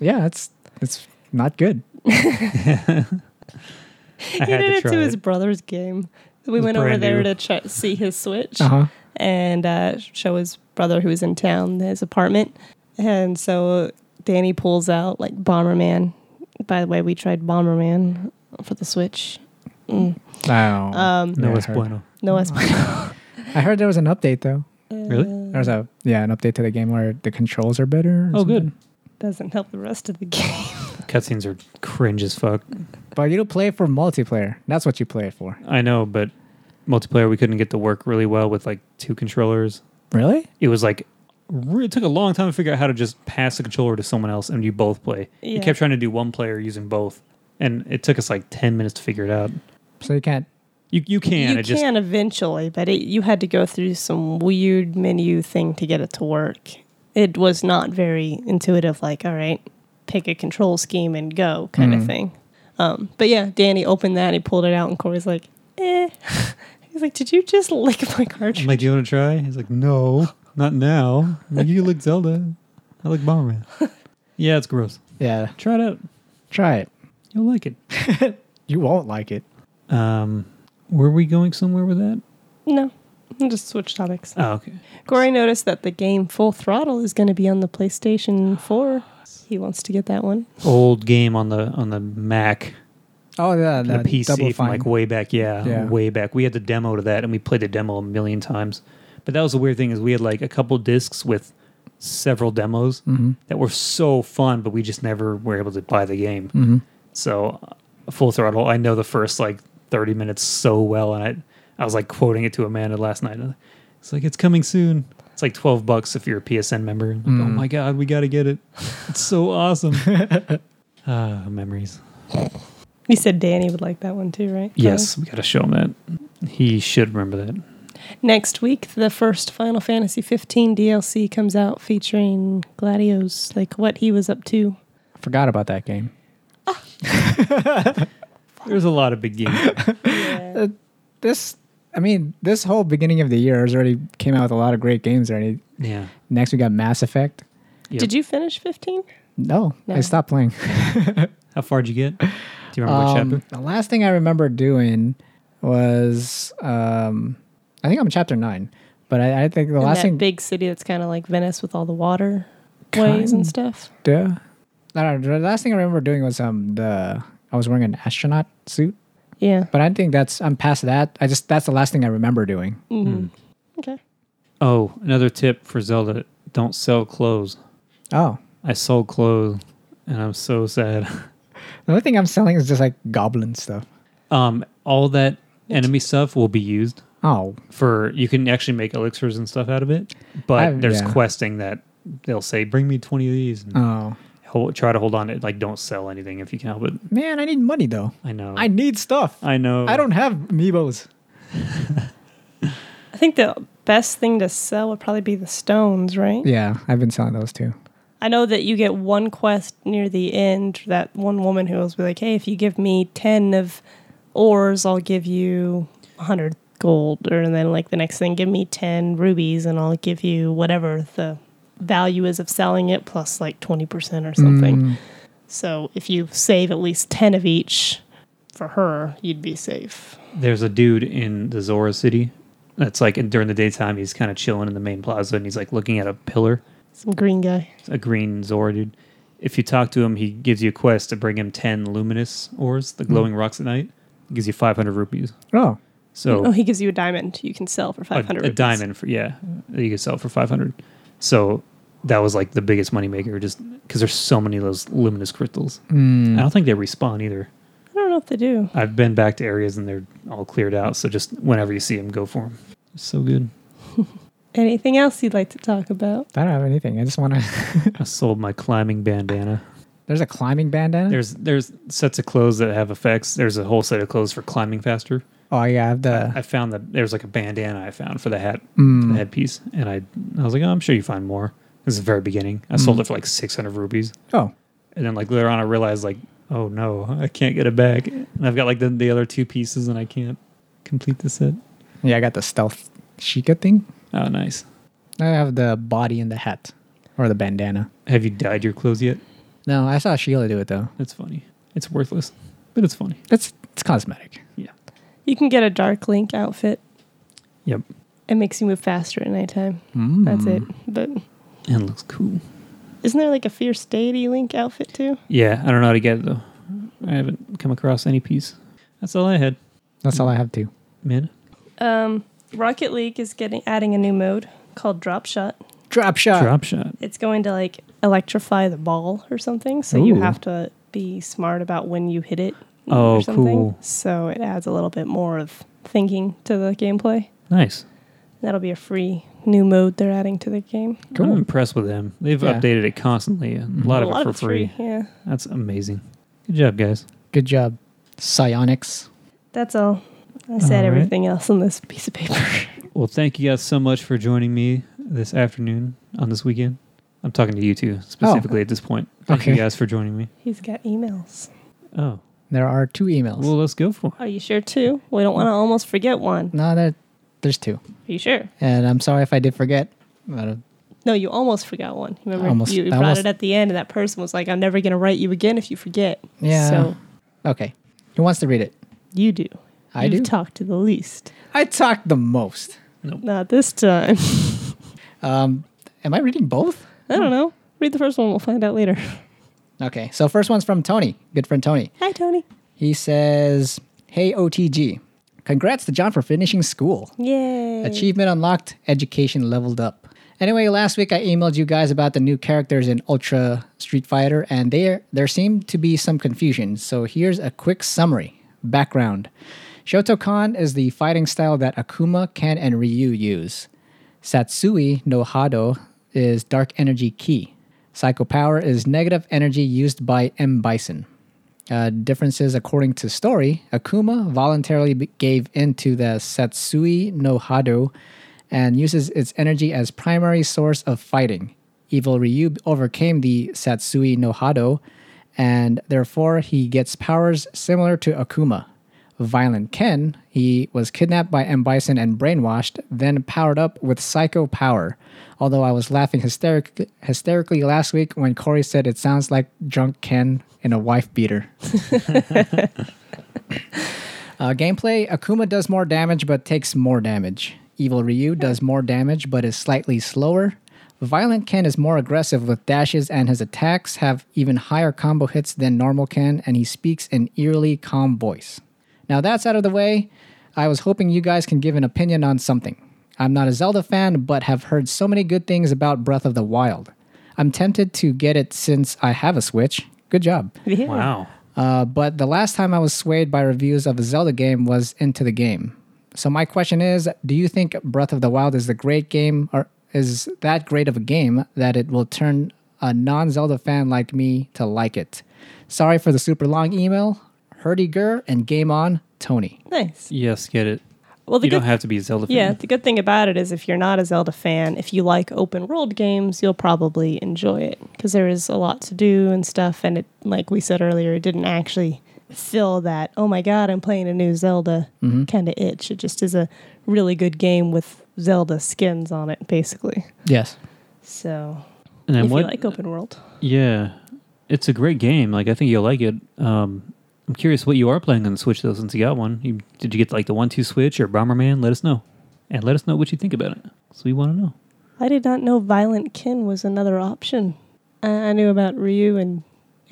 S1: yeah, it's it's not good.
S2: I
S3: he
S2: had
S3: did
S2: to
S3: it
S2: try
S3: to
S2: it.
S3: his brother's game. We
S2: was
S3: went over
S2: brand
S3: there
S2: new. Uh-huh.
S3: to try, see his Switch
S1: Uh huh.
S3: and uh, show his brother who was in town his apartment. And so Danny pulls out like Bomberman. By the way, we tried Bomberman for the Switch. Mm.
S1: Oh.
S3: Um,
S2: no,
S1: Yeah,
S2: it's
S1: I heard.
S2: bueno.
S3: no, it's
S1: I heard there was an update though.
S2: Really?
S1: There was a yeah an update to the game where the controls are better. or
S2: Oh, good.
S1: something.
S3: doesn't help the rest of the game.
S2: Cutscenes are cringe as fuck.
S1: But you don't play it for multiplayer. That's what you play it for.
S2: I know, but multiplayer we couldn't get to work really well with like two controllers.
S1: Really?
S2: It was like re- it took a long time to figure out how to just pass the controller to someone else and you both play. You
S3: Yeah.
S2: kept trying to do one player using both, and it took us like ten minutes to figure it out.
S1: So you can't.
S2: You you can.
S3: you
S2: it just
S3: can eventually, but it, you had to go through some weird menu thing to get it to work. it was not very intuitive. Like, all right, pick a control scheme and go kind
S2: Mm-hmm.
S3: of thing. Um, but yeah, Danny opened that and he pulled it out, and Corey's like, eh. He's like, did you just lick my cartridge?
S2: I'm like, do you want to try? He's like, no, not now. I'm like, you look Zelda. I like Bomberman. yeah, it's gross.
S1: Yeah,
S2: Try it out.
S1: try it.
S2: You'll like it.
S1: You won't like it.
S2: Um, were we going somewhere with that?
S3: no, I just switch topics.
S2: Oh, okay.
S3: Corey noticed that the game Full Throttle is going to be on the PlayStation 4. He wants to get that one.
S2: Old game on the on the Mac,
S1: Oh yeah,
S2: the
S1: that double
S2: PC from
S1: fine.
S2: like way back. Yeah,
S1: Yeah.
S2: way back. We had the demo to that, and we played the demo a million times. But that was the weird thing is we had like a couple discs with several demos
S1: Mm-hmm,
S2: that were so fun, but we just never were able to buy the game.
S1: mm-hmm.
S2: So, uh, full throttle. I know the first like thirty minutes so well, and I I was like quoting it to Amanda last night. It's like it's coming soon. It's like twelve bucks if you're a PSN member. Like, Oh my god, we got to get it. It's so awesome. Ah, memories.
S3: You said Danny would like that one too, right?
S2: Yes, we got to show him that. He should remember that.
S3: Corey? Next week, the first Final Fantasy 15 DLC comes out featuring Gladios, like what he was up to.
S1: Forgot about that game.
S2: There's a lot of big games.
S3: Uh,
S1: This, I mean, this whole beginning of the year has already came out with a lot of great games already.
S2: yeah.
S1: Next we got Mass Effect.
S2: Yep.
S3: Did you finish 15?
S1: No, I
S3: No.
S1: stopped playing.
S2: How far did you get? Do you remember what
S1: Um,
S2: chapter?
S1: The last thing I remember doing was, um, I think I'm chapter nine, but I, I think the
S3: In
S1: last
S3: that
S1: thing.
S3: big city that's kind of like Venice with all the water ways
S1: Kind-
S3: and stuff.
S1: Yeah. I don't know. The last thing I remember doing was um the I was wearing an astronaut suit,
S3: Yeah.
S1: but I think that's I'm past that. I just that's the last thing I remember doing.
S3: Mm-hmm. Okay.
S2: Oh, another tip for Zelda: don't sell clothes.
S1: Oh,
S2: I sold clothes, and I'm so sad.
S1: the only thing I'm selling is just like goblin stuff.
S2: Um, all that enemy stuff will be used
S1: Oh,
S2: for. You can actually make elixirs and stuff out of it, but
S1: I've-
S2: there's
S1: yeah.
S2: questing that they'll say, "Bring me 20 of these." And
S1: oh
S2: hold, try to hold on to it. Like, don't sell anything if you can help it.
S1: man, I need money though.
S2: I know.
S1: I need stuff. I,
S2: I know.
S1: don't have amiibos.
S3: I think the best thing to sell would probably be the stones, right?
S1: Yeah, I've been selling those too.
S3: I know that you get one quest near the end. That one woman who was like, "Hey, if you give me ten of ores, I'll give you a hundred gold." Or and then like the next thing, give me ten rubies, and I'll give you whatever the value is of selling it plus like twenty percent or something.
S2: Mm.
S1: Mm.
S3: So if you save at least ten of each for her, you'd be safe.
S2: There's a dude in the Zora city that's like and during the daytime he's kind of chilling in the main plaza and he's like looking at a pillar,
S3: Some green guy.
S2: It's a green Zora dude. If you talk to him, he gives you a quest to bring him 10 luminous ores,
S1: Hmm.
S2: the glowing rocks at night. gives you 500 rupees.
S1: Oh,
S2: So
S3: Oh, he gives you a diamond. You can sell for
S2: a,
S3: five hundred.
S2: a diamond for yeah, that you could sell for 500. So that was like the biggest moneymaker just cuz there's so many of those luminous crystals.
S1: Mm-hmm. mm.
S2: I don't think they respawn either.
S3: I don't know if they do.
S2: I've been back to areas and they're all cleared out, so just whenever you see them go for them. So good.
S3: Anything else you'd like to talk about?
S1: I don't have anything. I just want to.
S2: I sold my climbing bandana.
S1: There's a climbing bandana.
S2: There's there's sets of clothes that have effects. There's a whole set of clothes for climbing faster.
S1: oh yeah, I have the.
S2: I found that there's like a bandana I found for the hat,
S1: Mm.
S2: the headpiece, and I I was like, oh, I'm sure you find more. This is the very beginning. I sold it for like 600 rupees,
S1: Oh,
S2: and then like later on I realized like, oh no, I can't get it back, and I've got like the, the other two pieces, and I can't complete the set.
S1: yeah, I got the stealth Sheikah thing.
S2: Oh, nice.
S1: I have the body and the hat, or the bandana.
S2: Have you dyed your clothes yet?
S1: No, I saw Sheila do it though.
S2: That's funny. It's worthless, but it's funny.
S1: It's it's cosmetic.
S2: Yeah.
S3: You can get a dark link outfit.
S2: Yep.
S3: It makes you move faster at nighttime.
S1: Mm.
S3: That's it.
S2: Mm-hmm.
S3: But
S2: And it looks cool.
S3: isn't there like a fierce deity link outfit too?
S2: Yeah, I don't know how to get it though. I haven't come across any piece. That's all I had,
S1: That's all I have too.
S2: man.
S3: Um, Rocket League is getting adding a new mode called Drop Shot.
S1: Drop shot.
S2: Drop shot.
S3: It's going to like electrify the ball or something, so you
S1: Ooh.
S3: have to be smart about when you hit it.
S2: Oh,
S3: or something.
S2: cool.
S3: So it adds a little bit more of thinking to the gameplay.
S2: Nice.
S3: That'll be a free new mode they're adding to the game.
S1: Cool.
S2: I'm impressed with them. They've
S1: Yeah.
S2: updated it constantly. Mm-hmm. A lot of it for
S3: it's
S2: free.
S3: Yeah.
S2: That's amazing. Good job, guys.
S1: Good job. Psionics.
S3: That's all. I said
S2: All right.
S3: everything else on this piece of paper.
S2: Well, thank you guys so much for joining me this afternoon on this weekend. I'm talking to you two specifically at this point. Thank you
S1: Okay.
S2: guys for joining me.
S3: He's got emails.
S2: Oh,
S1: There are two emails.
S2: well, let's go for it.
S3: Are you sure too? We don't want to almost forget one.
S1: no, there, there's two.
S3: Are you sure?
S1: And I'm sorry if I did forget. Uh,
S3: No, you almost forgot one. Remember,
S1: Almost-
S3: you
S1: I
S3: brought
S1: almost-
S3: it at the end, and that person was like, "I'm never gonna write you again if you forget."
S1: Yeah.
S3: So
S1: okay. Who wants to read it?
S3: you do.
S1: I
S3: You've
S1: do?
S3: talked to the least.
S1: I talk the most.
S3: Not this time.
S1: Um, am I reading both?
S3: I don't know. Read the first one. We'll find out later.
S1: Okay. So first one's from Tony, good friend Tony.
S3: Hi, Tony.
S1: He says, "Hey OTG, congrats to John for finishing school.
S3: Yay.
S1: Achievement unlocked, education leveled up." Anyway, last week I emailed you guys about the new characters in Ultra Street Fighter, and there there seemed to be some confusion. So here's a quick summary. Background: Shotokan is the fighting style that Akuma, Ken, and Ryu use. Satsui no Hado is dark energy ki. Psycho power is negative energy used by M. Bison. Uh, differences according to story, Akuma voluntarily be- gave in to the Satsui no Hado and uses its energy as primary source of fighting. Evil Ryu overcame the Satsui no Hado, and therefore he gets powers similar to Akuma. Violent Ken, he was kidnapped by M. Bison and brainwashed, then powered up with psycho power. Although I was laughing hysteric- hysterically last week when Corey said it sounds like drunk Ken in a wife beater. Uh, gameplay Akuma does more damage but takes more damage. Evil Ryu does more damage but is slightly slower. Violent Ken is more aggressive with dashes, and his attacks have even higher combo hits than normal Ken, and he speaks in eerily calm voice. Now that's out of the way. I was hoping you guys can give an opinion on something. I'm not a Zelda fan, but have heard so many good things about Breath of the Wild. I'm tempted to get it since I have a Switch. Good job.
S3: Yeah.
S2: Wow.
S1: Uh, but the last time I was swayed by reviews of a Zelda game was Into the Game. So my question is, do you think Breath of the Wild is the great game, or is that great of a game that it will turn a non-Zelda fan like me to like it? Sorry for the super long email. Herdy Gurr and game on, Tony.
S3: Nice.
S2: Yes, get it.
S3: Well, the
S2: you
S3: good
S2: don't have to be a Zelda fan.
S3: Yeah, the good thing about it is if you're not a Zelda fan, if you like open world games, you'll probably enjoy it because there is a lot to do and stuff. And it, like we said earlier, it didn't actually fill that, oh my God, I'm playing a new Zelda
S2: Mm-hmm.
S3: kind of itch. It just is a really good game with Zelda skins on it, basically.
S1: Yes.
S3: So
S2: And then
S3: if
S2: what?
S3: you like open world,
S2: yeah, it's a great game. Like I think you'll like it. Um, I'm curious what you are playing on the Switch though, since you got one. You, did you get like the one two Switch or Bomberman? Let us know, and let us know what you think about it. So we want to know.
S3: I did not know Violent Kin was another option. I, I knew about Ryu and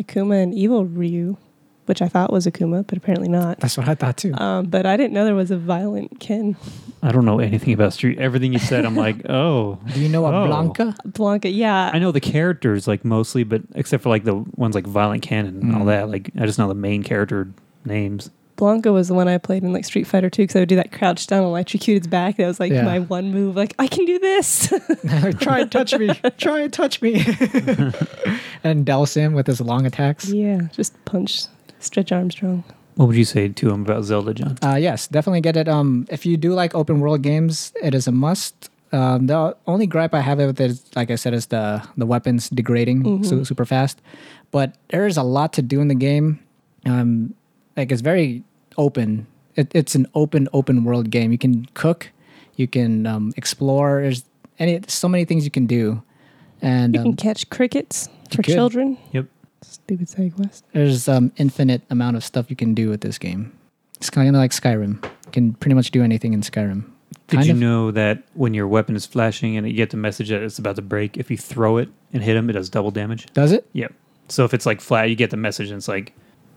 S3: Akuma and Evil Ryu, which I thought was Akuma, but apparently not.
S1: That's what I thought too.
S3: Um, but I didn't know there was a violent kin.
S2: I don't know anything about Street. Everything you said, I'm like, oh,
S1: do you know a
S2: oh.
S1: Blanca?
S3: Blanca, yeah.
S2: I know the characters like mostly, but except for like the ones like Violent Cannon and all
S1: Mm.
S2: that. Like I just know the main character names.
S3: Blanca was the one I played in like Street Fighter 2 because I would do that crouch down and electrocute its back. That was like
S1: Yeah.
S3: my one move. Like, I can do this.
S1: Try and touch me. Try and touch me. and Delsim with his long attacks.
S3: yeah, just punch Stretch Armstrong.
S2: What would you say to him about Zelda, John?
S1: Uh, yes, definitely get it. Um, if you do like open world games, it is a must. Um, the only gripe I have with it, is, like I said, is the the weapons degrading su- super fast. But there is a lot to do in the game. Um, like it's very open. It, it's an open open world game. You can cook, you can um, explore. There's any so many things you can do, and
S3: You
S1: um,
S3: can catch crickets for
S1: could.
S3: children.
S2: Yep.
S3: Stupid side quest.
S1: there's um infinite amount of stuff you can do with this game. It's kind of like Skyrim. You can pretty much do anything in Skyrim.
S2: Did
S1: Kind
S2: you
S1: of.
S2: know that when your weapon is flashing and you get the message that it's about to break, if you throw it and hit him, it does double damage?
S1: Does it?
S2: Yep. So if it's like flat, you get the message and it's like,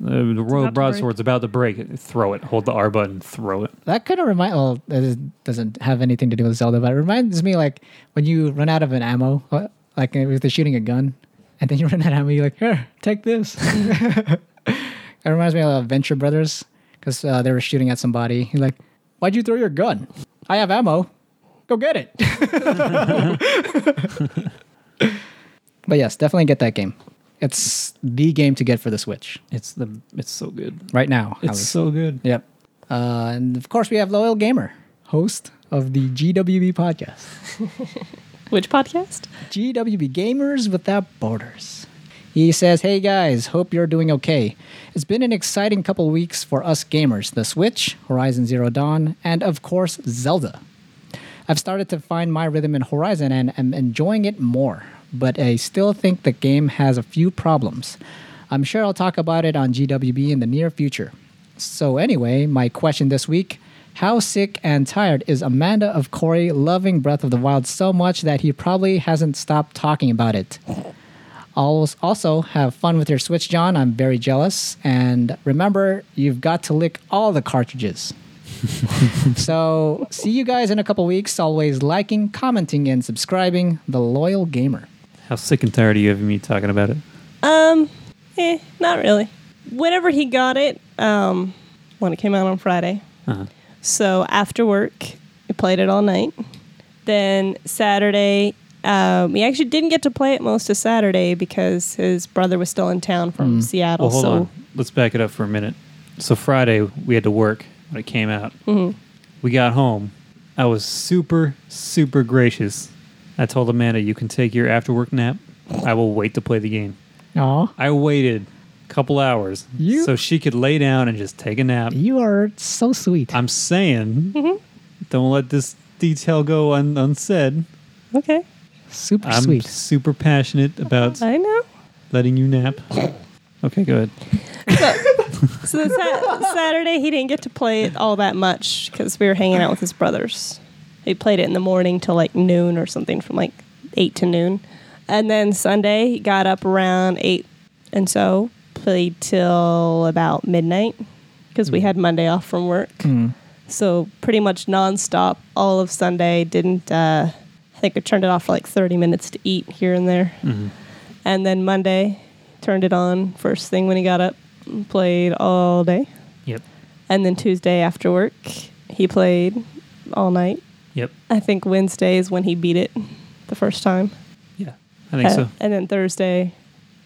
S2: uh, the
S3: about
S2: royal
S3: to
S2: broadsword's about to break. Throw it. Hold the R button. Throw it.
S1: That kind of remind. Well, that is- doesn't have anything to do with Zelda, but it reminds me like when you run out of an ammo, uh, like if they're shooting a gun, and then you run out of ammo, you're like, here, take this. it reminds me of Venture Brothers because uh, they were shooting at somebody. You're like, why'd you throw your gun? I have ammo. Go get it. but yes, definitely get that game. It's the game to get for the Switch
S2: It's the. It's so good.
S1: right now. at
S2: It's
S1: least.
S2: so good.
S1: Yep. Uh, and of course, we have Loyal Gamer, host of the GWB podcast.
S3: Which podcast?
S1: GWB Gamers Without Borders. He says, Hey guys, hope you're doing okay. It's been an exciting couple weeks for us gamers the Switch, Horizon Zero Dawn, and of course, Zelda. I've started to find my rhythm in Horizon and am enjoying it more, but I still think the game has a few problems. I'm sure I'll talk about it on GWB in the near future. So, anyway, my question this week How sick and tired is Amanda of Corey loving Breath of the Wild so much that he probably hasn't stopped talking about it? Al- Also, have fun with your Switch, John. I'm very jealous. And remember, you've got to lick all the cartridges. so, see you guys in a couple weeks. Always liking, commenting, and subscribing. The Loyal Gamer.
S2: How sick and tired are you of me talking about it?
S3: Um, eh, not really. Whenever he got it, um, when it came out on Friday.
S2: Uh-huh.
S3: So after work, we played it all night. Then Saturday, um, we actually didn't get to play it most of Saturday because his brother was still in town from Seattle.
S2: Hmm. Well, Oh, hold
S3: so
S2: on. Let's back it up for a minute. So Friday we had to work when it came out.
S1: Mm-hmm.
S2: We got home. I was super, super gracious. I told Amanda, "You can take your after work nap. I will wait to play the game."
S1: Aw.
S2: I waited a couple hours
S1: You-
S2: so she could lay down and just take a nap.
S1: You are so sweet.
S2: I'm saying,
S1: Mm-hmm.
S2: don't let this detail go un- unsaid.
S3: okay,
S1: Super
S2: I'm
S1: sweet.
S2: super passionate about
S3: I know.
S2: letting you nap. Okay, go ahead.
S3: So the sa- Saturday he didn't get to play it all that much because we were hanging out with his brothers. He played it in the morning till like noon or something, from like eight to noon, and then Sunday he got up around eight, and so played till about midnight because we had Monday off from work. So pretty much nonstop all of Sunday. Didn't uh, I think I turned it off for like thirty minutes to eat here and there. And then Monday, turned it on first thing when he got up, and played all day.
S2: Yep.
S3: And then Tuesday after work, he played all night.
S2: Yep.
S3: I think Wednesday is when he beat it the first time.
S2: Yeah. I think
S3: Uh,
S2: so.
S3: And then Thursday,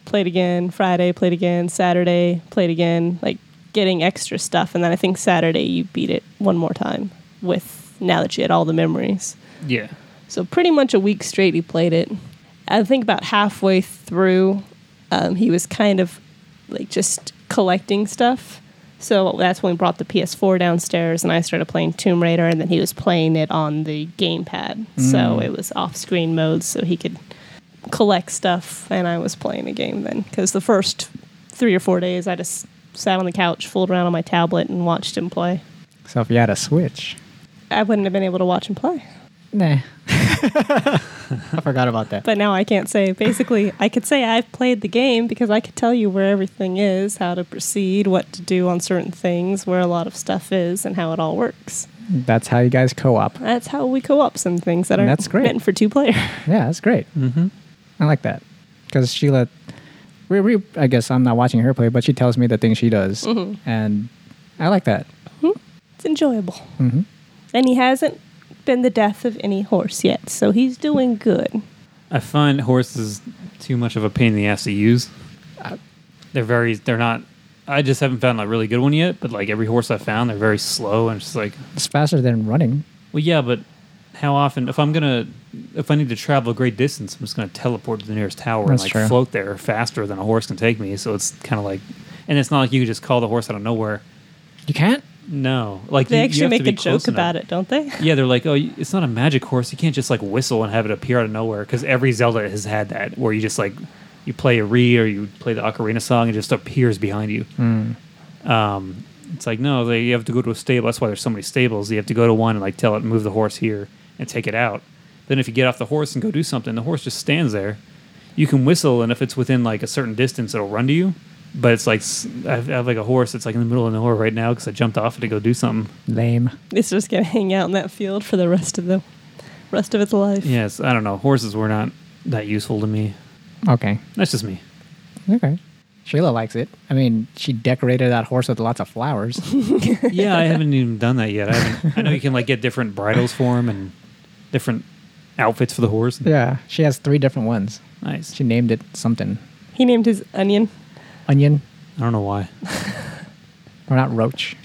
S3: played again. Friday, played again. Saturday, played again. Like getting extra stuff. And then I think Saturday, you beat it one more time with now that you had all the memories.
S2: Yeah.
S3: So pretty much a week straight, he played it. I think about halfway through, um, he was kind of like just collecting stuff. So that's when we brought the PS4 downstairs, and I started playing Tomb Raider, and then he was playing it on the gamepad. So it was off-screen mode, so he could collect stuff, and I was playing the game then. Because the first three or four days, I just sat on the couch, fooled around on my tablet, and watched him play.
S1: so if you had a Switch.
S3: I wouldn't have been able to watch him play.
S1: Nah. I forgot about that.
S3: But now I can't say. Basically, I could say I've played the game because I could tell you where everything is, how to proceed, what to do on certain things, where a lot of stuff is, and how it all works.
S1: That's how you guys co-op.
S3: That's how we co-op some things that are
S1: That's great.
S3: meant for two player.
S1: Yeah, that's great. Mm-hmm. I like that because Sheila. We, we, I guess I'm not watching her play, but she tells me the things she does, and I like that.
S3: It's enjoyable. Mm-hmm. And he hasn't been the death of any horse yet, so he's doing good.
S2: I find horses too much of a pain in the ass to use.
S1: Uh,
S2: They're very, they're not, I just haven't found a really good one yet, but like every horse I found, they're very slow. And just like,
S1: It's faster than running.
S2: well, yeah, but how often, if I'm going to, if I need to travel a great distance, I'm just going to teleport to the nearest tower and
S1: That's
S2: like
S1: true.
S2: float there faster than a horse can take me. So it's kind of like, and it's not like you can just call the horse out of nowhere.
S1: You can't.
S2: No, like
S3: They
S2: you,
S3: actually make a joke about it, don't they?
S2: Yeah, they're like, oh, you- it's not a magic horse. You can't just like whistle and have it appear out of nowhere because every Zelda has had that, where you just like you play a re or you play the ocarina song and it just appears behind you. Um, it's like no, they, you have to go to a stable. That's why there's so many stables. You have to go to one and like tell it move the horse here and take it out. Then if you get off the horse and go do something, the horse just stands there. You can whistle, and if it's within like a certain distance, it'll run to you. But it's like s- I have I have, like a horse that's like in the middle of nowhere right now because I jumped off it to go do something.
S1: Lame.
S3: It's just gonna hang out in that field for the rest of the rest of its life.
S2: Yes, I don't know. Horses were not that useful to me.
S1: Okay.
S2: That's just me.
S1: Okay. Sheila likes it. I mean, she decorated that horse with lots of flowers.
S2: Yeah, I haven't even done that yet. I, haven't, I know you can like get different bridles for him and different outfits for the horse.
S1: yeah, she has three different ones.
S2: Nice.
S1: She named it something.
S3: He named his onion.
S1: Onion
S2: I don't know why.
S1: or not roach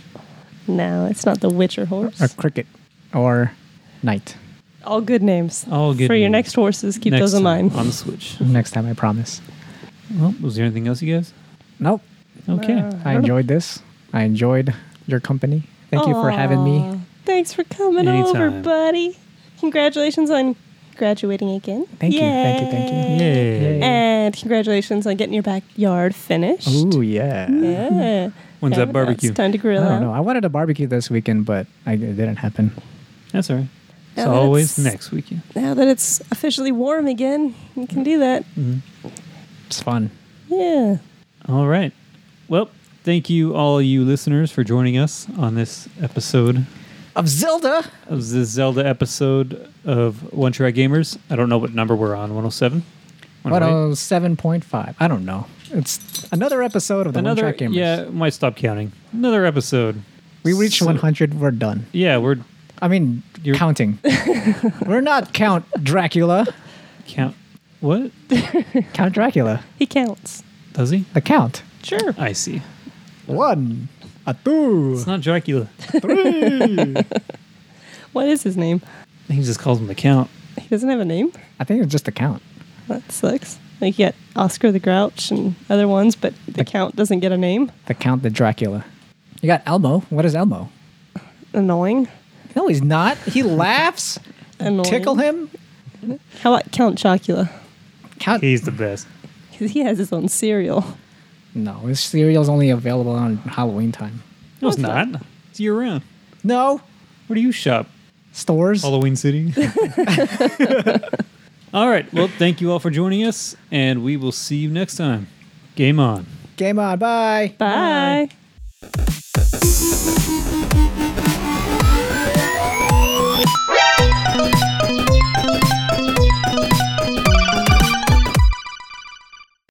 S3: No, it's not the Witcher horse.
S1: or cricket or knight.
S3: All good names.
S2: All good
S3: For your
S2: names.
S3: next horses, keep those in
S2: time
S3: mind.
S2: uh, on the Switch.
S1: Next time, I promise.
S2: Well, was there anything else, you guys?
S1: Nope.
S2: Okay.
S3: Uh,
S1: I enjoyed this. I enjoyed your company. Thank you for having
S3: Aw.
S1: me.
S3: Thanks for coming over,
S2: Anytime.
S3: buddy. Congratulations on graduating again.
S1: Thank you, thank you, thank you.
S3: Yay.
S2: Yay.
S1: Yay.
S3: And congratulations on getting your backyard finished.
S1: Ooh, yeah.
S3: Yeah.
S2: When's
S3: Yeah,
S2: that barbecue?
S3: It's time to grill
S1: I
S3: out.
S1: don't know. I wanted a barbecue this weekend, but I, it didn't happen.
S2: That's all right. It's
S3: Now that
S2: always
S3: it's-
S2: next weekend.
S3: Now that it's officially warm again, you can do that.
S1: Mm. It's fun.
S3: Yeah.
S2: All right. Well, thank you, all you listeners, for joining us on this episode
S1: Of Zelda.
S2: of the Zelda episode of One Track Gamers. I don't know what number we're on 107? 108?
S1: 107.5. I don't know. It's another episode of the
S2: Another,
S1: One Track Gamers.
S2: yeah, might stop counting. Another episode.
S1: We reached
S2: So-
S1: 100. We're done.
S2: Yeah, we're
S1: I mean,
S2: You're-
S1: counting. we're not Count Dracula.
S2: count. What
S1: Count Dracula.
S3: He counts.
S2: does he?
S1: The count.
S3: Sure.
S2: I see.
S1: One, a two.
S2: It's not Dracula.
S3: What is his name?
S2: He just calls him the Count.
S3: He doesn't have a name.
S1: I think it's just the count.
S3: That sucks. Like you get Oscar the Grouch and other ones, but the Count doesn't get a name.
S1: The count, the Dracula. You got Elmo. What is Elmo?
S3: Annoying.
S1: No, he's not. He laughs.
S3: Annoying.
S1: Tickle him.
S3: How about Count Chocula?
S1: Count.
S2: He's the best.
S3: 'Cause he has his own cereal.
S1: No, this cereal's only available on Halloween time.
S2: No, it's not. It's year round.
S1: No
S2: Where do you shop?
S1: stores.
S2: Halloween City. all right. Well, thank you all for joining us, and we will see you next time. Game on.
S1: Game on. Bye.
S3: Bye.